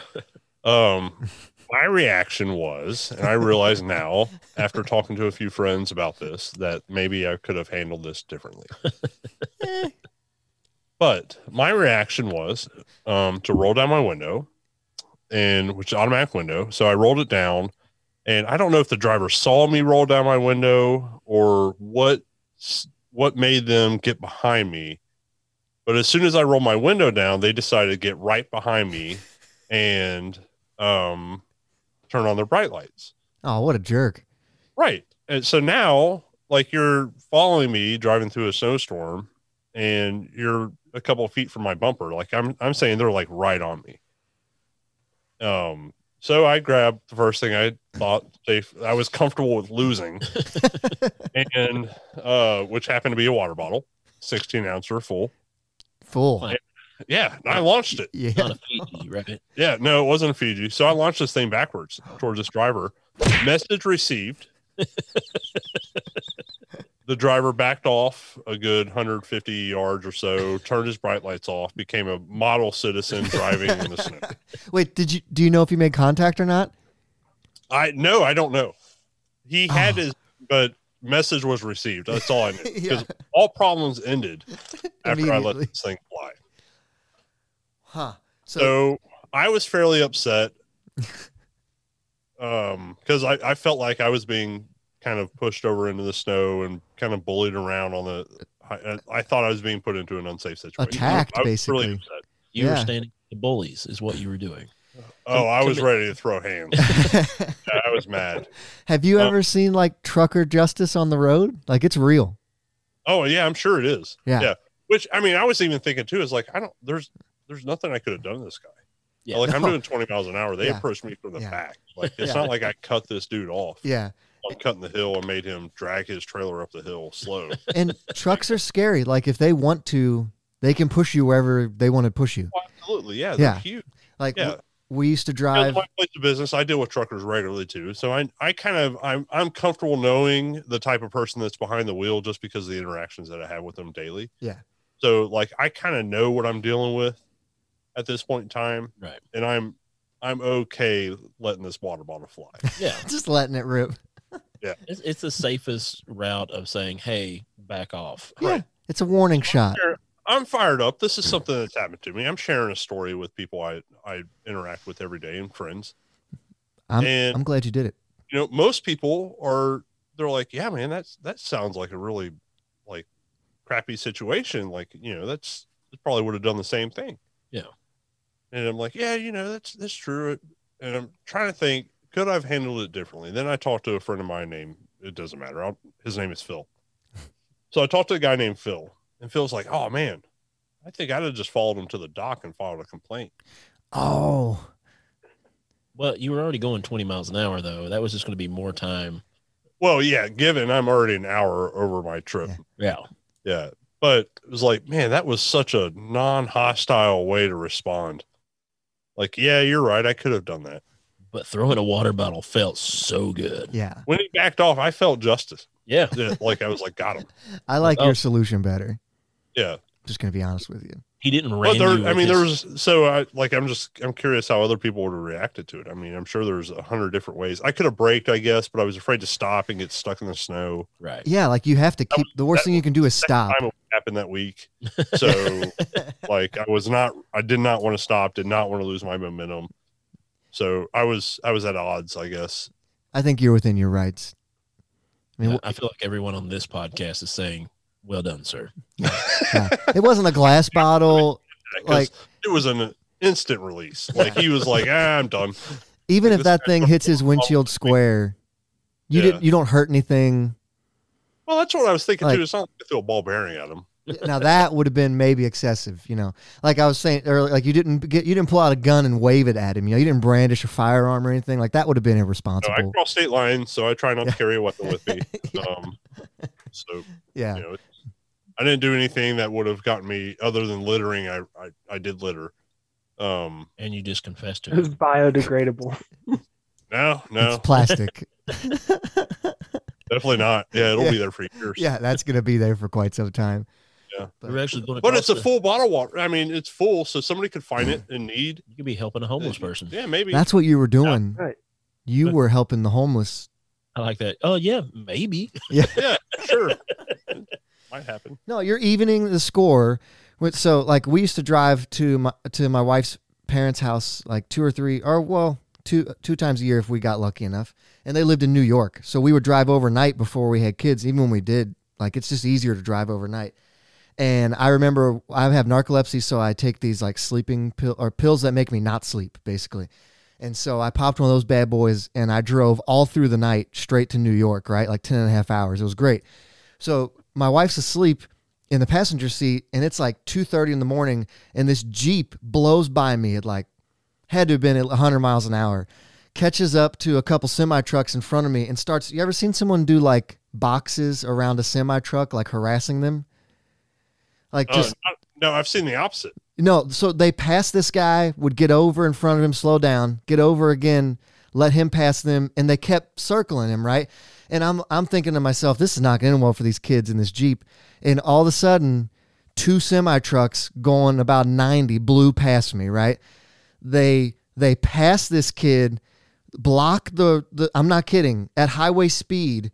Speaker 4: um, my reaction was, and I realize now after talking to a few friends about this, that maybe I could have handled this differently. but my reaction was um, to roll down my window and which is automatic window. So I rolled it down and I don't know if the driver saw me roll down my window or what s- what made them get behind me. But as soon as I rolled my window down, they decided to get right behind me and um, turn on their bright lights.
Speaker 2: Oh, what a jerk.
Speaker 4: Right. And so now, like, you're following me driving through a snowstorm and you're a couple of feet from my bumper. Like, I'm, I'm saying they're like right on me. Um, so I grabbed the first thing I thought safe. I was comfortable with losing, and uh, which happened to be a water bottle, sixteen ouncer full.
Speaker 2: Fool.
Speaker 1: Like-
Speaker 4: Yeah, and I launched it.
Speaker 2: Yeah.
Speaker 1: Not a Fiji, right?
Speaker 4: Yeah, no, it wasn't a Fiji. So I launched this thing backwards towards this driver. Message received. the driver backed off a good 150 yards or so, turned his bright lights off, became a model citizen driving in the snow.
Speaker 2: [laughs] Wait, did you do you know if you made contact or not?
Speaker 4: I no, I don't know. He had
Speaker 2: Oh.
Speaker 4: his, but message was received. That's all I knew.
Speaker 2: [laughs] yeah.
Speaker 4: All problems ended after I let
Speaker 2: Immediately.
Speaker 4: this thing fly.
Speaker 2: Huh. So,
Speaker 4: So I was fairly upset,
Speaker 2: [laughs]
Speaker 4: um, because I, I felt like I was being kind of pushed over into the snow and kind of bullied around on the. I, I thought I was being put into an unsafe situation.
Speaker 2: Attacked,
Speaker 4: I was really
Speaker 2: basically.
Speaker 4: upset.
Speaker 1: You were
Speaker 2: Yeah.
Speaker 1: standing with the bullies, is what you were doing.
Speaker 4: Oh, I was
Speaker 1: Commit-
Speaker 4: ready to throw hands.
Speaker 2: [laughs]
Speaker 4: Yeah, I was mad.
Speaker 2: have you
Speaker 4: Uh,
Speaker 2: ever seen like trucker justice on the road? Like it's real.
Speaker 4: Oh yeah, I'm sure it is.
Speaker 2: Yeah.
Speaker 4: Yeah. Which I mean, I was even thinking too. Is like I don't. There's there's nothing I could have done to this guy.
Speaker 1: Yeah.
Speaker 4: like I'm
Speaker 2: No.
Speaker 4: doing 20 miles an hour. They
Speaker 2: Yeah.
Speaker 4: approached me from the
Speaker 2: Yeah.
Speaker 4: back.
Speaker 2: [laughs]
Speaker 4: Like it's
Speaker 2: Yeah.
Speaker 4: not like I cut this dude off.
Speaker 2: Yeah.
Speaker 4: on cutting the hill and made him drag his trailer up the hill slow.
Speaker 2: And trucks are scary. Like if they want to, they can push you wherever they want to push you.
Speaker 4: Absolutely, yeah, they're
Speaker 2: Yeah.
Speaker 4: huge.
Speaker 2: Like
Speaker 4: Yeah.
Speaker 2: w- we used to
Speaker 4: That's
Speaker 2: drive
Speaker 4: my place of business. I deal with truckers regularly too, so I I kind of I'm I'm comfortable knowing the type of person that's behind the wheel just because of the interactions that I have with them daily.
Speaker 2: Yeah.
Speaker 4: So like I kind of know what I'm dealing with at this point in time,
Speaker 1: Right.
Speaker 4: and I'm I'm okay letting this water bottle fly.
Speaker 1: Yeah.
Speaker 2: [laughs] just letting it rip.
Speaker 1: It's, it's the safest route of saying, hey, back off.
Speaker 2: Yeah. It's a warning shot.
Speaker 4: I'm fired up. This is something that's happened to me. I'm sharing a story with people I I interact with every day and friends.
Speaker 2: I'm
Speaker 4: and
Speaker 2: I'm glad you did it.
Speaker 4: you know most people are they're like yeah man that's that sounds like a really like crappy situation like you know that's that probably would have done the same thing
Speaker 1: Yeah.
Speaker 4: and i'm like yeah you know that's that's true and i'm trying to think could i've handled it differently then i talked to a friend of mine named it doesn't matter I'll, his name is phil so i talked to a guy named phil and phil's like oh man i think i'd have just followed him to the dock and filed a complaint
Speaker 2: Oh.
Speaker 1: Well, you were already going 20 miles an hour, though. That was just going to be more time.
Speaker 4: well yeah given i'm already an hour over my trip
Speaker 2: Yeah.
Speaker 1: Yeah.
Speaker 4: Yeah. But it was like, man, that was such a non hostile way to respond. Like, yeah, you're right. I could have done that.
Speaker 1: But throwing a water bottle felt so good.
Speaker 2: Yeah.
Speaker 4: When he backed off, I felt justice.
Speaker 1: Yeah.
Speaker 4: Yeah, like, I was like, got him.
Speaker 2: I like
Speaker 1: Oh.
Speaker 2: your solution better.
Speaker 1: [laughs]
Speaker 4: Yeah.
Speaker 2: Just gonna be honest with you.
Speaker 1: He didn't
Speaker 4: But
Speaker 1: ram
Speaker 4: there,
Speaker 1: you
Speaker 4: I
Speaker 1: with
Speaker 4: mean,
Speaker 1: his-
Speaker 4: there was, so I, like, I'm just, I'm curious how other people would have reacted to it. I mean, I'm sure there's a hundred different ways. I could have braked, I guess, but I was afraid to stop and get stuck in the snow.
Speaker 1: Right.
Speaker 2: Yeah, like you have to keep the worst
Speaker 4: that
Speaker 2: thing you can do is
Speaker 4: Second
Speaker 2: stop.
Speaker 4: Time it happened that week.
Speaker 1: [laughs]
Speaker 4: So, like, I was not, I did not want to stop, did not want to lose my momentum. So I was, I was at odds, I guess.
Speaker 2: I think you're within your rights. I mean,
Speaker 1: I feel like everyone on this podcast is saying, well done, sir.
Speaker 2: it wasn't a
Speaker 4: [laughs]
Speaker 2: glass bottle.
Speaker 4: 'Cause
Speaker 2: Like
Speaker 4: it was an instant release. Like he was like, ah, I'm done.
Speaker 2: even if
Speaker 4: this
Speaker 2: that
Speaker 4: guy [laughs]
Speaker 2: thing
Speaker 4: fucking
Speaker 2: hits his windshield square, you
Speaker 4: Yeah.
Speaker 2: didn't. You don't hurt anything.
Speaker 4: Well, that's what I was thinking
Speaker 2: Like-
Speaker 4: too. It's not like I threw a ball bearing at him. [laughs]
Speaker 2: Now that would have been maybe excessive. You know, like I was saying earlier, like you didn't get, you didn't pull out a gun and wave it at him. You know, you didn't brandish a firearm or anything like that. Would have been
Speaker 4: No, I
Speaker 2: irresponsible.
Speaker 4: cross state lines, so I try not to carry a weapon
Speaker 2: [laughs]
Speaker 4: with me. Um, so
Speaker 2: yeah.
Speaker 4: you know, it's- I didn't do anything that would have gotten me other than littering. I I, I did litter. Um,
Speaker 1: And you just confessed
Speaker 5: It
Speaker 1: to
Speaker 5: was
Speaker 1: it.
Speaker 5: biodegradable.
Speaker 4: no,
Speaker 2: It's
Speaker 4: no, [laughs]
Speaker 2: plastic.
Speaker 4: definitely not. Yeah, it'll
Speaker 2: Yeah.
Speaker 4: be there for years.
Speaker 2: yeah, that's gonna be there for quite some time.
Speaker 4: Yeah.
Speaker 1: We were actually going
Speaker 4: But it's a
Speaker 1: across the-
Speaker 4: full bottle of water. I mean, it's full, so somebody could find it in need.
Speaker 1: You could be helping a homeless person.
Speaker 4: Yeah, maybe.
Speaker 2: That's what you were doing.
Speaker 5: right.
Speaker 2: You were helping the homeless.
Speaker 1: I like that. Oh, yeah, maybe. [laughs]
Speaker 4: sure.
Speaker 2: [laughs]
Speaker 4: Might happen.
Speaker 2: No, you're evening the score. With, so like we used to drive to my to my wife's parents' house like two or three or well two two times a year if we got lucky enough. And they lived in New York, so we would drive overnight before we had kids. Even when we did, Like it's just easier to drive overnight. And I remember I have narcolepsy, so I take these like sleeping pill or pills that make me not sleep, basically. And so I popped one of those bad boys and I drove all through the night straight to New York, right? Like 10 and a half hours. It was great. So my wife's asleep in the passenger seat and it's like 2.30 in the morning and this Jeep blows by me at like, had to have been at 100 miles an hour, catches up to a couple semi trucks in front of me and starts, you ever seen someone do like boxes around a semi truck, like harassing them? Like
Speaker 4: Oh,
Speaker 2: just
Speaker 4: no, no, I've seen the opposite.
Speaker 2: no, so they pass this guy, would get over in front of him, slow down, get over again, let him pass them, and they kept circling him, right? And I'm I'm thinking to myself, this is not going to end well for these kids in this Jeep. And all of a sudden, two semi trucks going about 90 blew past me, right? They they pass this kid, block the, the I'm not kidding, at highway speed,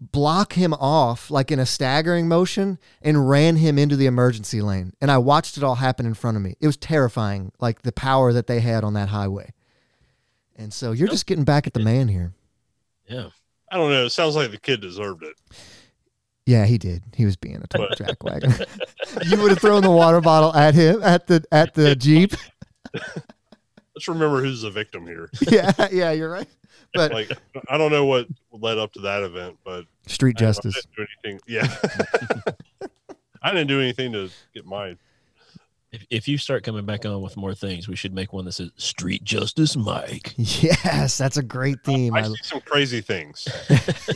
Speaker 2: block him off like in a staggering motion and ran him into the emergency lane. And I watched it all happen in front of me. It was terrifying, like the power that they had on that highway. And so you're just getting back at the man here.
Speaker 1: Yeah.
Speaker 4: I don't know. It sounds like the kid deserved it.
Speaker 2: Yeah, he did. He was being a total jackwagon. [laughs] you would have thrown the water bottle at him at the at
Speaker 4: [laughs]
Speaker 2: the jeep. [laughs]
Speaker 4: Let's remember who's the victim here. [laughs]
Speaker 2: Yeah, yeah, you're right. But
Speaker 4: like, I don't know what led up to that event, but
Speaker 2: street
Speaker 4: I don't know,
Speaker 2: justice.
Speaker 4: I didn't do anything. Yeah. [laughs] I didn't do anything to get my
Speaker 1: If, if you start coming back on with more things, we should make one that says Street Justice Mike.
Speaker 2: Yes, that's a great theme.
Speaker 4: I
Speaker 2: I,
Speaker 4: see some
Speaker 2: [laughs]
Speaker 4: crazy things.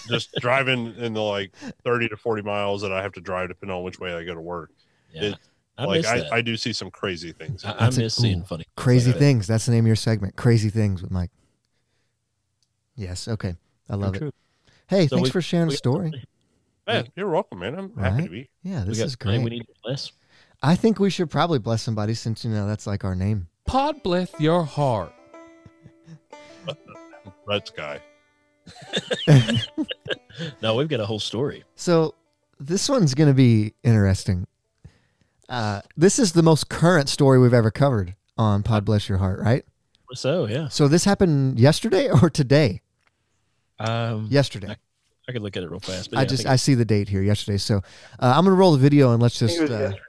Speaker 4: Just driving in the like thirty to forty miles that I have to drive depending on which way I go to work.
Speaker 1: Yeah.
Speaker 4: It-
Speaker 1: I
Speaker 4: like
Speaker 1: miss
Speaker 4: I,
Speaker 1: that.
Speaker 4: I do see some crazy things.
Speaker 1: I, I
Speaker 2: That's a-
Speaker 1: miss seeing
Speaker 2: ooh.
Speaker 1: funny.
Speaker 2: crazy
Speaker 1: Yeah.
Speaker 2: things. That's the name of your segment. Crazy things with Mike. Yes. Okay. I love it. Hey,
Speaker 1: So
Speaker 2: thanks
Speaker 1: we-
Speaker 2: for sharing
Speaker 1: we
Speaker 2: the
Speaker 1: got
Speaker 2: story.
Speaker 4: Man, you're welcome, man. I'm happy to
Speaker 2: Right.
Speaker 4: be. here.
Speaker 2: Yeah,
Speaker 1: we
Speaker 2: this
Speaker 1: got
Speaker 2: is
Speaker 1: something
Speaker 2: great.
Speaker 1: We need less.
Speaker 2: I think we should probably bless somebody since you know that's like our name.
Speaker 6: Pod bless your heart.
Speaker 4: Reds guy.
Speaker 1: No, we've got a whole story.
Speaker 2: So this one's going to be interesting. Uh, this is the most current story we've ever covered on Pod Bless Your Heart, right?
Speaker 1: So yeah.
Speaker 2: So this happened yesterday or today?
Speaker 1: Um,
Speaker 2: Yesterday.
Speaker 1: I could look at it real fast. But
Speaker 2: I
Speaker 1: yeah,
Speaker 2: just
Speaker 1: think
Speaker 2: I see the date here yesterday. So uh, I'm going to roll the video and let's
Speaker 5: I think
Speaker 2: just
Speaker 5: it was
Speaker 2: uh,
Speaker 5: yesterday.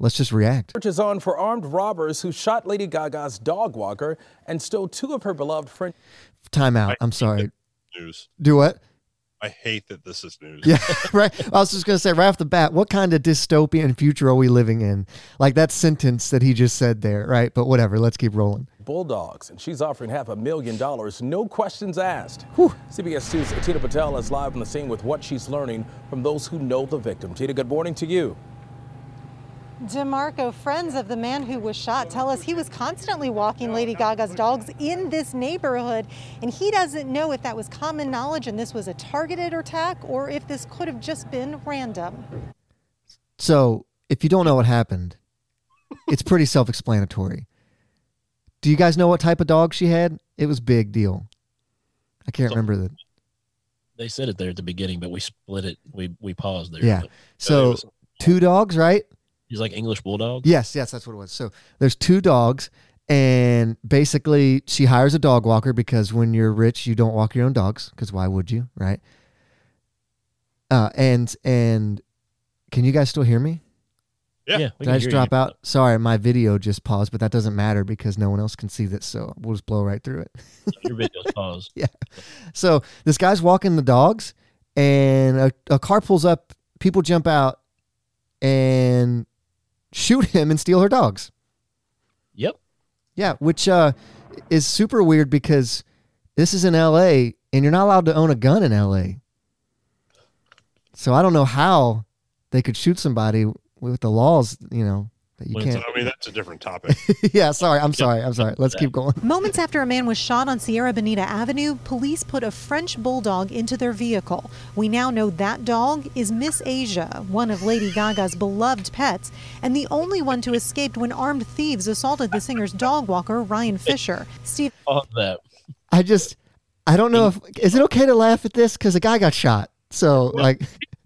Speaker 2: let's just react.
Speaker 7: Search is on for armed robbers who shot Lady Gaga's dog walker and stole two of her beloved French
Speaker 2: Time
Speaker 4: I
Speaker 2: out. I'm
Speaker 4: hate
Speaker 2: sorry.
Speaker 4: that News.
Speaker 2: Do what?
Speaker 4: I hate that this is news.
Speaker 2: [laughs] Yeah, right. I was just gonna say right off the bat, what kind of dystopian future are we living in? Like that sentence that he just said there, right? But whatever, let's keep rolling.
Speaker 7: bulldogs, and she's offering half a million dollars, no questions asked. CBS 2's Tita Patel is live on the scene with what she's learning from those who know the victim. Tita, good morning to you.
Speaker 8: DeMarco, friends of the man who was shot, tell us he was constantly walking Lady Gaga's dogs in this neighborhood, and he doesn't know if that was common knowledge and this was a targeted attack or if this could have just been random.
Speaker 2: So if you don't know what happened, it's pretty self-explanatory. Do you guys know what type of dog she had? It was big deal. I can't remember the
Speaker 1: they said it there at the beginning, but we split it. We we paused there.
Speaker 2: yeah.
Speaker 1: But
Speaker 4: it
Speaker 2: So
Speaker 4: was-
Speaker 2: two dogs, right?
Speaker 1: he's like English bulldog.
Speaker 2: Yes, yes, that's what it was. So there's two dogs, and basically she hires a dog walker because when you're rich, you don't walk your own dogs because why would you, right? Uh, and and can you guys still hear me?
Speaker 4: Yeah.
Speaker 1: we
Speaker 2: Did
Speaker 1: can
Speaker 2: I just
Speaker 1: hear
Speaker 2: drop
Speaker 1: you.
Speaker 2: out? Sorry, my video just paused, but that doesn't matter because no one else can see this, so we'll just blow right through it. [laughs]
Speaker 1: Your video's paused.
Speaker 2: So this guy's walking the dogs, and a, a car pulls up. People jump out and shoot him and steal her dogs.
Speaker 1: Yep.
Speaker 2: Yeah, which uh, is super weird because this is in L.A. and you're not allowed to own a gun in L.A. So I don't know how they could shoot somebody with the laws, you know, that you
Speaker 1: Well,
Speaker 2: can't.
Speaker 4: So, I mean, that's a
Speaker 2: [laughs]
Speaker 4: different topic.
Speaker 2: yeah, sorry, I'm sorry, I'm sorry. Let's keep
Speaker 8: [laughs]
Speaker 2: going.
Speaker 8: Moments after a man was shot on Sierra Bonita Avenue, police put a French bulldog into their vehicle. We now know that dog is Miss Asia, one of Lady Gaga's beloved pets, and the only one to escape when armed thieves assaulted the singer's dog walker, Ryan Fisher. Steve
Speaker 1: Pause that.
Speaker 2: I just, I don't know if is it okay to laugh at this because a guy got shot. So like,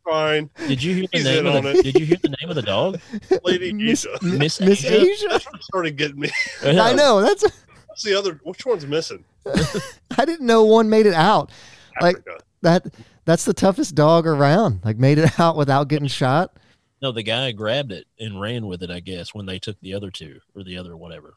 Speaker 4: Fine.
Speaker 1: Did you hear the
Speaker 4: He's
Speaker 1: name
Speaker 4: in
Speaker 1: of
Speaker 4: on
Speaker 1: the, Did you hear the name of the
Speaker 2: [laughs]
Speaker 1: dog?
Speaker 4: Lady
Speaker 2: Miss,
Speaker 4: Gita.
Speaker 2: Mi-
Speaker 1: Miss
Speaker 2: Miss
Speaker 1: Asia?
Speaker 2: Asia.
Speaker 4: That's what started getting me. [laughs]
Speaker 1: [laughs]
Speaker 2: I know that's.
Speaker 4: What's the other? Which one's missing?
Speaker 2: I didn't know one made it out. Like
Speaker 4: Africa.
Speaker 2: that. that's the toughest dog around. Like made it [laughs] out without getting shot.
Speaker 1: No, the guy grabbed it and ran with it, I guess, when they took the other two or the other whatever.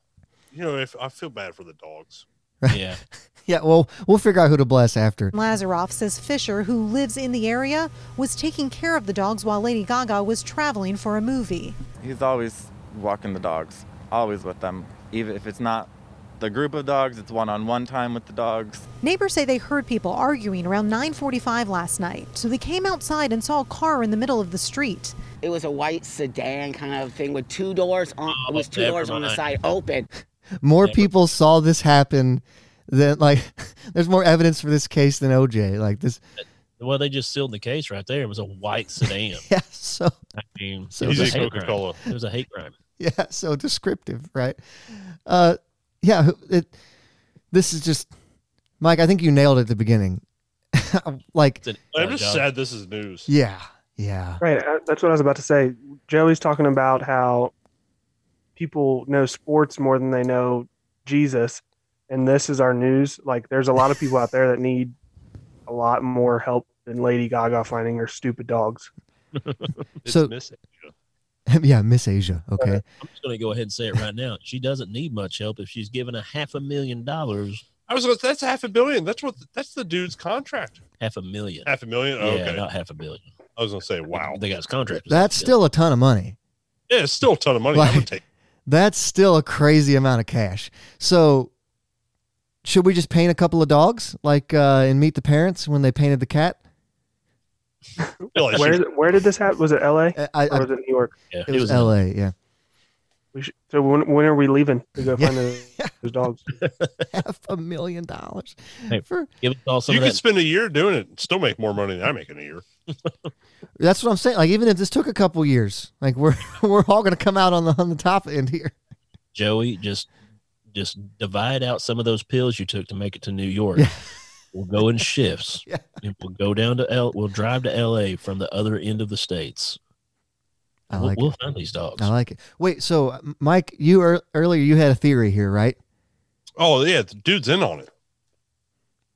Speaker 4: You know, if I feel bad for the dogs.
Speaker 1: Yeah.
Speaker 2: Yeah, well, we'll figure out who to bless after.
Speaker 8: Lazaroff says Fisher, who lives in the area, was taking care of the dogs while Lady Gaga was traveling for a movie.
Speaker 9: He's always walking the dogs, always with them. Even if it's not the group of dogs, it's one on one time with the dogs.
Speaker 8: Neighbors say they heard people arguing around 9:45 last night, so they came outside and saw a car in the middle of the street.
Speaker 10: It was a white sedan kind of thing with two doors on.
Speaker 1: Oh,
Speaker 10: it was two
Speaker 1: never
Speaker 10: doors on the
Speaker 1: mind.
Speaker 10: side open.
Speaker 2: More
Speaker 1: Yeah.
Speaker 2: people saw this happen than like [laughs] there's more evidence for this case than OJ. Like this [laughs]
Speaker 1: Well, they just sealed the case right there. It was a white sedan.
Speaker 2: yeah, so
Speaker 1: I mean,
Speaker 2: So
Speaker 1: it was a
Speaker 4: Easy
Speaker 1: hate crime.
Speaker 4: Coca-Cola.
Speaker 1: It was a hate crime.
Speaker 2: yeah, so descriptive, right? Uh yeah, who- it this is just Mike, I think you nailed it at the beginning. [laughs] like
Speaker 1: It's an uh,
Speaker 4: I'm
Speaker 1: inside
Speaker 4: just
Speaker 1: job.
Speaker 4: sad this is news.
Speaker 2: yeah, yeah. [laughs]
Speaker 5: Right. uh, That's what I was about to say. Joey's talking about how people know sports more than they know Jesus. And this is our news. Like, there's a lot of people out there that need a lot more help than Lady Gaga finding her stupid dogs.
Speaker 4: It's
Speaker 2: So-
Speaker 4: missing.
Speaker 2: yeah, Miss Asia, okay.
Speaker 1: I'm just going to go ahead and say it right now. She doesn't need much help if she's given a half a million dollars.
Speaker 4: I was going to that's half a billion. That's what that's the dude's contract.
Speaker 1: Half a million.
Speaker 4: Half a million.
Speaker 1: yeah,
Speaker 4: Oh, okay.
Speaker 1: not half a billion.
Speaker 4: I was going to say wow.
Speaker 1: They got his contract. was
Speaker 2: That's
Speaker 1: half a
Speaker 2: still a ton of money.
Speaker 4: Yeah, it's still a ton of money. I
Speaker 2: Like-
Speaker 4: would take.
Speaker 2: That's still a crazy amount of cash. So, should we just paint a couple of dogs like uh, in Meet the Parents when they painted the cat?
Speaker 4: I feel like
Speaker 5: Where,
Speaker 4: she-
Speaker 5: where did this happen? Was it LA
Speaker 2: I, I,
Speaker 5: or
Speaker 2: I,
Speaker 5: was it New York?
Speaker 1: billion. Yeah,
Speaker 2: it was L.A. Yeah,
Speaker 5: We should, so, when, when are we leaving to go
Speaker 2: Yeah.
Speaker 5: find those,
Speaker 2: [laughs]
Speaker 5: those dogs?
Speaker 2: half a million dollars
Speaker 1: Hey.
Speaker 2: for
Speaker 1: Give us all some
Speaker 4: you
Speaker 1: of
Speaker 4: could
Speaker 1: that.
Speaker 4: spend a year doing it and still make more money than I make in a year.
Speaker 2: that's what I'm saying. Like even if this took a couple years, like we're [laughs] we're all gonna come out on the on the top end here.
Speaker 1: Joey, just just divide out some of those pills you took to make it to New York.
Speaker 2: Yeah.
Speaker 1: We'll go in shifts.
Speaker 2: [laughs] Yeah.
Speaker 1: And we'll go down to L. We'll drive to L.A. from the other end of the states.
Speaker 2: I
Speaker 1: we'll,
Speaker 2: like
Speaker 1: we'll
Speaker 2: it.
Speaker 1: find these dogs.
Speaker 2: I like it. Wait, so uh, Mike, you ear earlier you had a theory here, right?
Speaker 4: Oh yeah, the dude's in on it.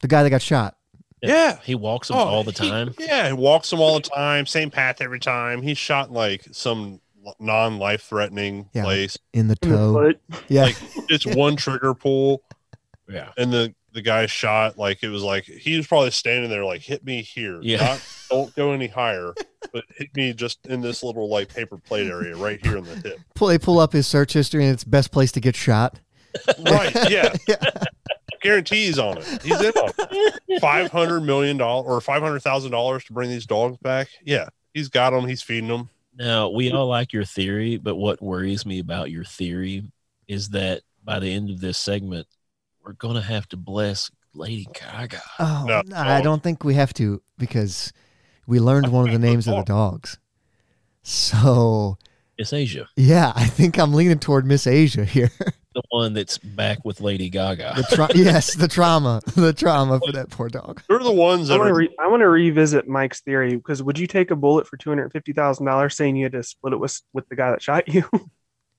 Speaker 2: The guy that got shot.
Speaker 4: Yeah.
Speaker 1: He walks them
Speaker 4: Oh,
Speaker 1: all the
Speaker 4: he-
Speaker 1: time.
Speaker 4: yeah, he walks them all the time, same path every time. He's shot in, like some non-life threatening
Speaker 2: Yeah.
Speaker 4: place.
Speaker 2: In the toe.
Speaker 5: But
Speaker 2: Yeah.
Speaker 4: Like- It's one trigger pull,
Speaker 1: Yeah.
Speaker 4: and the the guy shot like it was like he was probably standing there like hit me here.
Speaker 1: Yeah.
Speaker 4: Not, don't go any higher, but hit me just in this little like paper plate area right here in the hip.
Speaker 2: [laughs] pull, they pull up his search history and it's best place to get shot.
Speaker 4: Right. Yeah.
Speaker 2: Yeah.
Speaker 4: Guarantees on it. He's in on it. Five hundred million dollars or five hundred thousand dollars to bring these dogs back. Yeah. He's got them. He's feeding them.
Speaker 1: Now, we all like your theory, but what worries me about your theory is that by the end of this segment, we're going to have to bless Lady Gaga.
Speaker 2: Oh,
Speaker 4: No.
Speaker 2: no, I don't think we have to because we learned one of the names of the dogs. So,
Speaker 1: It's Asia,
Speaker 2: yeah, I think I'm leaning toward Miss Asia here.
Speaker 1: the one that's back with Lady
Speaker 2: The
Speaker 1: Gaga.
Speaker 2: tra- [laughs] yes, the trauma, [laughs] the trauma for that poor dog.
Speaker 4: They're the ones
Speaker 5: I
Speaker 4: that
Speaker 5: want to
Speaker 4: are
Speaker 5: re- I want to revisit Mike's theory because would you take a bullet for two hundred fifty thousand dollars, saying you had to split it with with the guy that shot you? [laughs]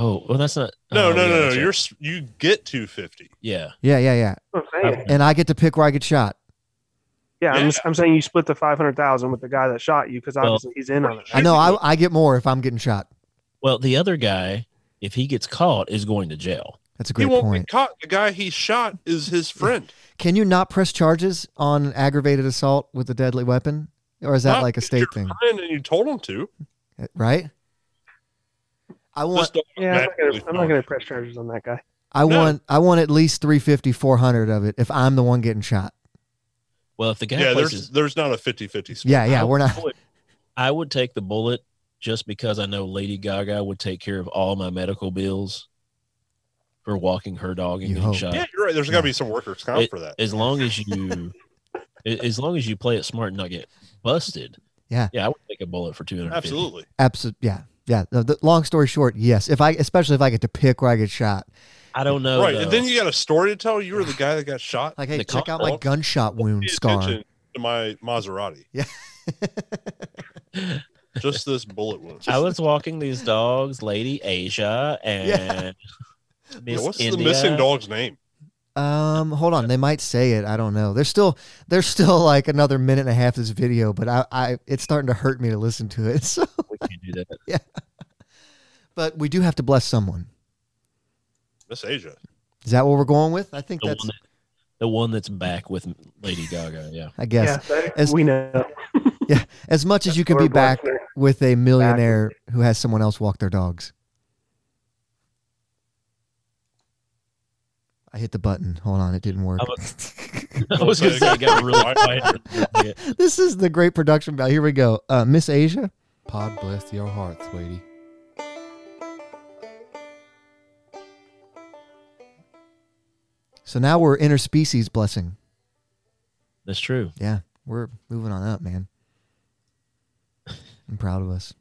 Speaker 1: Oh, well, that's not.
Speaker 4: No,
Speaker 1: oh,
Speaker 4: no,
Speaker 1: yeah,
Speaker 4: no, no.
Speaker 1: that's right.
Speaker 4: You're s- you get 250.
Speaker 1: Yeah.
Speaker 2: Yeah, yeah, yeah.
Speaker 5: That's what I'm saying.
Speaker 2: And I get to pick where I get shot.
Speaker 5: Yeah,
Speaker 4: Yeah.
Speaker 5: I'm, I'm saying you split the five hundred thousand with the guy that shot you because
Speaker 1: Well-
Speaker 5: obviously he's in on it.
Speaker 2: I know I, I get more if I'm getting shot.
Speaker 1: Well, the other guy, if he gets caught, is going to jail.
Speaker 2: That's a
Speaker 4: He
Speaker 2: great
Speaker 4: won't
Speaker 2: point.
Speaker 4: get caught. The guy he shot is his friend.
Speaker 2: Can you not press charges on aggravated assault with a deadly weapon? Or is that
Speaker 4: Not
Speaker 2: like a
Speaker 4: if you're
Speaker 2: state thing? Uh,
Speaker 4: Friend and you told him to.
Speaker 2: Right? I want
Speaker 4: This dog
Speaker 5: Yeah, I'm not
Speaker 4: naturally
Speaker 5: gonna- I'm not going to press charges on that guy.
Speaker 2: I
Speaker 4: No.
Speaker 2: want I want at least 350 400 of it if I'm the one getting shot.
Speaker 1: Well, if the guy
Speaker 4: Yeah,
Speaker 1: places,
Speaker 4: there's there's not a 50-50 split.
Speaker 2: Yeah, yeah,
Speaker 1: I
Speaker 2: we're
Speaker 1: would-
Speaker 2: not
Speaker 1: I would, I would take the bullet just because I know Lady Gaga would take care of all my medical bills for walking her dog and
Speaker 2: You
Speaker 1: getting
Speaker 2: hope.
Speaker 1: shot.
Speaker 4: Yeah, you're right. There's got to be some workers comp
Speaker 1: It-
Speaker 4: for that.
Speaker 1: As long as you, a- as long as you play it smart and not get busted.
Speaker 2: Yeah.
Speaker 1: Yeah, I would take a bullet for two hundred.
Speaker 4: Absolutely.
Speaker 2: absolute yeah. Yeah, the, the- long story short, yes. If I especially if I get to pick where I get shot.
Speaker 1: I don't know.
Speaker 4: right.
Speaker 1: Though.
Speaker 4: And then you got a story to tell. You were the guy that got shot.
Speaker 2: Like, hey,
Speaker 1: The
Speaker 2: check
Speaker 1: cop-
Speaker 2: out my gunshot wound
Speaker 4: Pay
Speaker 2: scar.
Speaker 4: attention to my Maserati.
Speaker 2: Yeah.
Speaker 4: [laughs] Just this bullet wound.
Speaker 1: I was walking these dogs, Lady Asia and
Speaker 2: Yeah.
Speaker 1: Miss
Speaker 4: Yeah, what's
Speaker 1: India.
Speaker 4: the missing dog's name?
Speaker 2: Um, hold on. They might say it. I don't know. There's still there's still like another minute and a half of this video, but I, I it's starting to hurt me to listen to it. [laughs] So,
Speaker 1: We can't do that.
Speaker 2: but we do have to bless someone.
Speaker 4: Miss Asia.
Speaker 2: Is that what we're going with? I think
Speaker 1: The one,
Speaker 2: that's.
Speaker 1: that, the one that's back with Lady Gaga. Yeah.
Speaker 2: I guess
Speaker 5: Yeah,
Speaker 2: As-
Speaker 5: that, we know.
Speaker 2: as much as you can
Speaker 5: Or
Speaker 2: be back
Speaker 5: Blackner.
Speaker 2: with a millionaire who has someone else walk their dogs. I hit the button. Hold on, it didn't work.
Speaker 1: I'm [laughs] I was going to say, it got really quiet. Yeah.
Speaker 2: [laughs] this is the great production value. Here we go. Uh, Miss Asia.
Speaker 6: Pod bless your heart, sweetie.
Speaker 2: So now we're interspecies blessing.
Speaker 1: That's true.
Speaker 2: Yeah, we're moving on up, man. I'm proud of us.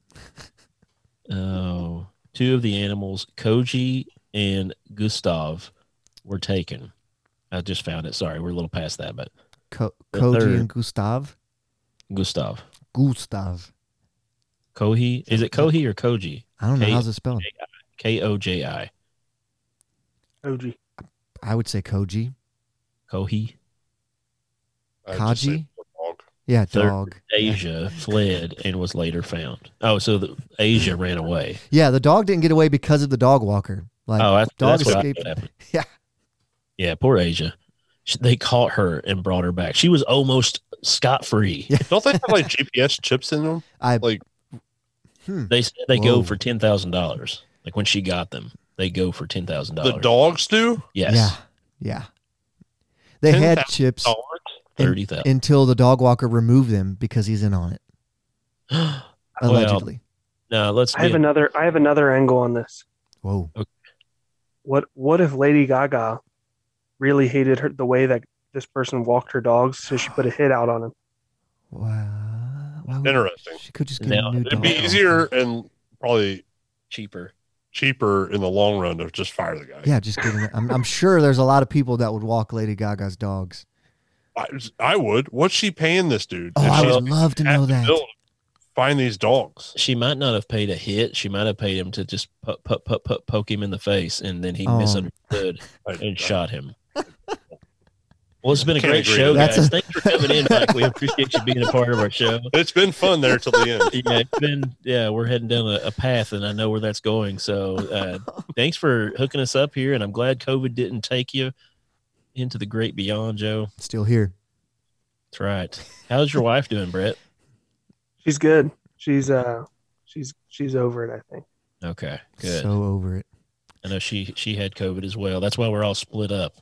Speaker 1: Oh, two of the animals, Koji and Gustav, were taken. I just found it. Sorry, we're a little past that, but
Speaker 2: Co-
Speaker 1: The
Speaker 2: Koji
Speaker 1: third.
Speaker 2: and Gustav.
Speaker 1: Gustav.
Speaker 2: Gustav.
Speaker 1: Kohi. Is it Kohi or Koji?
Speaker 2: I don't know
Speaker 1: K-
Speaker 2: how's it spelled.
Speaker 1: K O J I.
Speaker 5: OG.
Speaker 2: I would say Koji.
Speaker 1: Kohi.
Speaker 4: I just
Speaker 2: Kaji?
Speaker 4: say poor dog.
Speaker 2: Yeah,
Speaker 1: Third.
Speaker 2: dog.
Speaker 1: Asia fled and was later found. Oh, so the, Asia ran away.
Speaker 2: Yeah, the dog didn't get away because of the dog walker. Like
Speaker 1: oh, that's,
Speaker 2: dog
Speaker 1: that's what I
Speaker 2: escaped.
Speaker 1: thought happened.
Speaker 2: [laughs] Yeah.
Speaker 1: Yeah, poor Asia. She, they caught her and brought her back. She was almost scot free.
Speaker 4: Don't they have like [laughs] GPS chips in them?
Speaker 2: I
Speaker 4: like-
Speaker 2: Hmm.
Speaker 1: They said they
Speaker 2: Whoa.
Speaker 1: go for ten thousand dollars. Like when she got them, they go for ten thousand
Speaker 4: The
Speaker 1: dollars.
Speaker 4: dogs do?
Speaker 1: Yes,
Speaker 2: Yeah, yeah. They
Speaker 4: Ten
Speaker 2: had
Speaker 4: thousand
Speaker 2: chips
Speaker 4: Dogs?
Speaker 1: thirty thousand.
Speaker 2: until the dog walker removed them because he's in on it
Speaker 1: [gasps] Well-
Speaker 2: allegedly.
Speaker 1: no, let's.
Speaker 5: I have
Speaker 1: get-
Speaker 5: another. I have another angle on this.
Speaker 2: Whoa,
Speaker 5: What What if Lady Gaga really hated her the way that this person walked her dogs, so she put a hit out on him?
Speaker 2: wow. Why would-
Speaker 4: Interesting.
Speaker 2: She could just get
Speaker 1: Now,
Speaker 2: a new
Speaker 4: It'd
Speaker 2: dog.
Speaker 4: be
Speaker 1: Dog.
Speaker 4: easier and probably
Speaker 1: cheaper.
Speaker 4: cheaper in the long run to just fire the guy.
Speaker 2: Yeah, just get. an- I'm, I'm sure there's a lot of people that would walk Lady Gaga's dogs.
Speaker 4: I, I would. What's she paying this dude?
Speaker 2: Oh,
Speaker 4: If
Speaker 2: I
Speaker 4: she's
Speaker 2: would love to
Speaker 4: at
Speaker 2: know
Speaker 4: the
Speaker 2: that.
Speaker 4: mill, Find these dogs.
Speaker 1: She might not have paid a hit. She might have paid him to just put, put, put, put, poke him in the face, and then he
Speaker 2: Oh.
Speaker 1: misunderstood
Speaker 4: [laughs]
Speaker 1: and shot him. Well, it's been a
Speaker 4: Can't
Speaker 1: great
Speaker 4: agree
Speaker 1: show,
Speaker 4: with
Speaker 2: that.
Speaker 1: guys.
Speaker 2: That's a-
Speaker 1: Thanks for coming in, Mike. We appreciate you being a part of our show.
Speaker 4: It's been fun there till the end.
Speaker 1: yeah, it's been yeah, we're heading down a, a path, and I know where that's going. So, [laughs] uh, thanks for hooking us up here, and I'm glad COVID didn't take you into the great beyond, Joe.
Speaker 2: Still here.
Speaker 1: That's right. How's your wife doing, Brett?
Speaker 5: She's good. She's uh, she's she's over it. I think.
Speaker 1: Okay, good.
Speaker 2: So over it.
Speaker 1: I know she she had COVID as well. That's why we're all split up.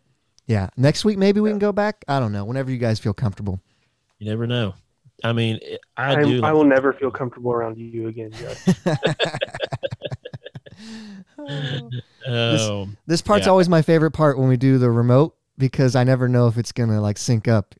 Speaker 2: Yeah. Next week maybe we can go back. I don't know. Whenever you guys feel [laughs] comfortable.
Speaker 1: You never know. I mean, it- I,
Speaker 5: I,
Speaker 1: do.
Speaker 5: I
Speaker 1: like-
Speaker 5: will never feel comfortable around you again. Josh.
Speaker 1: Oh,
Speaker 2: This part's
Speaker 1: Yeah.
Speaker 2: always my favorite part when we do the remote because I never know if it's gonna like sync up.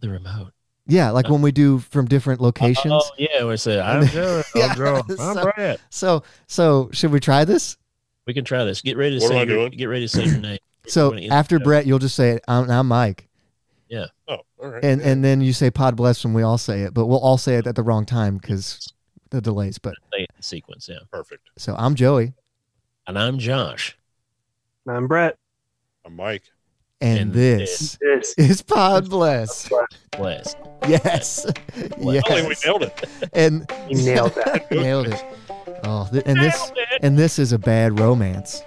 Speaker 1: the remote.
Speaker 2: Yeah, like when we do from different locations.
Speaker 1: Oh yeah, we said [laughs] I'm Joe.
Speaker 2: Yeah,
Speaker 1: I'm Joe. I'm
Speaker 2: so-
Speaker 1: Brett.
Speaker 2: So so should we try this?
Speaker 1: We can try this. Get ready to
Speaker 4: What am
Speaker 1: say
Speaker 4: I
Speaker 1: your,
Speaker 4: doing?
Speaker 1: get ready to say your name.
Speaker 2: So
Speaker 1: We're gonna
Speaker 2: after
Speaker 1: end the show.
Speaker 2: Brett, you'll just say it. I'm, I'm Mike,
Speaker 4: Oh, all right.
Speaker 2: and and then you say "Pod bless" when we all say it, but we'll all say it at the wrong time because the delays. But
Speaker 1: Say it in sequence, yeah.
Speaker 4: perfect.
Speaker 2: so I'm Joey,
Speaker 1: And I'm Josh.
Speaker 5: And I'm Brett.
Speaker 4: I'm Mike.
Speaker 2: and,
Speaker 1: And
Speaker 2: this
Speaker 5: This
Speaker 2: is Pod bless.
Speaker 1: Bless.
Speaker 2: Yes,
Speaker 1: Bless.
Speaker 4: I think we
Speaker 2: yes,
Speaker 4: nailed it.
Speaker 2: and
Speaker 5: you nailed
Speaker 2: [laughs]
Speaker 5: that.
Speaker 2: nailed it. Oh, th- and this and this is a bad romance.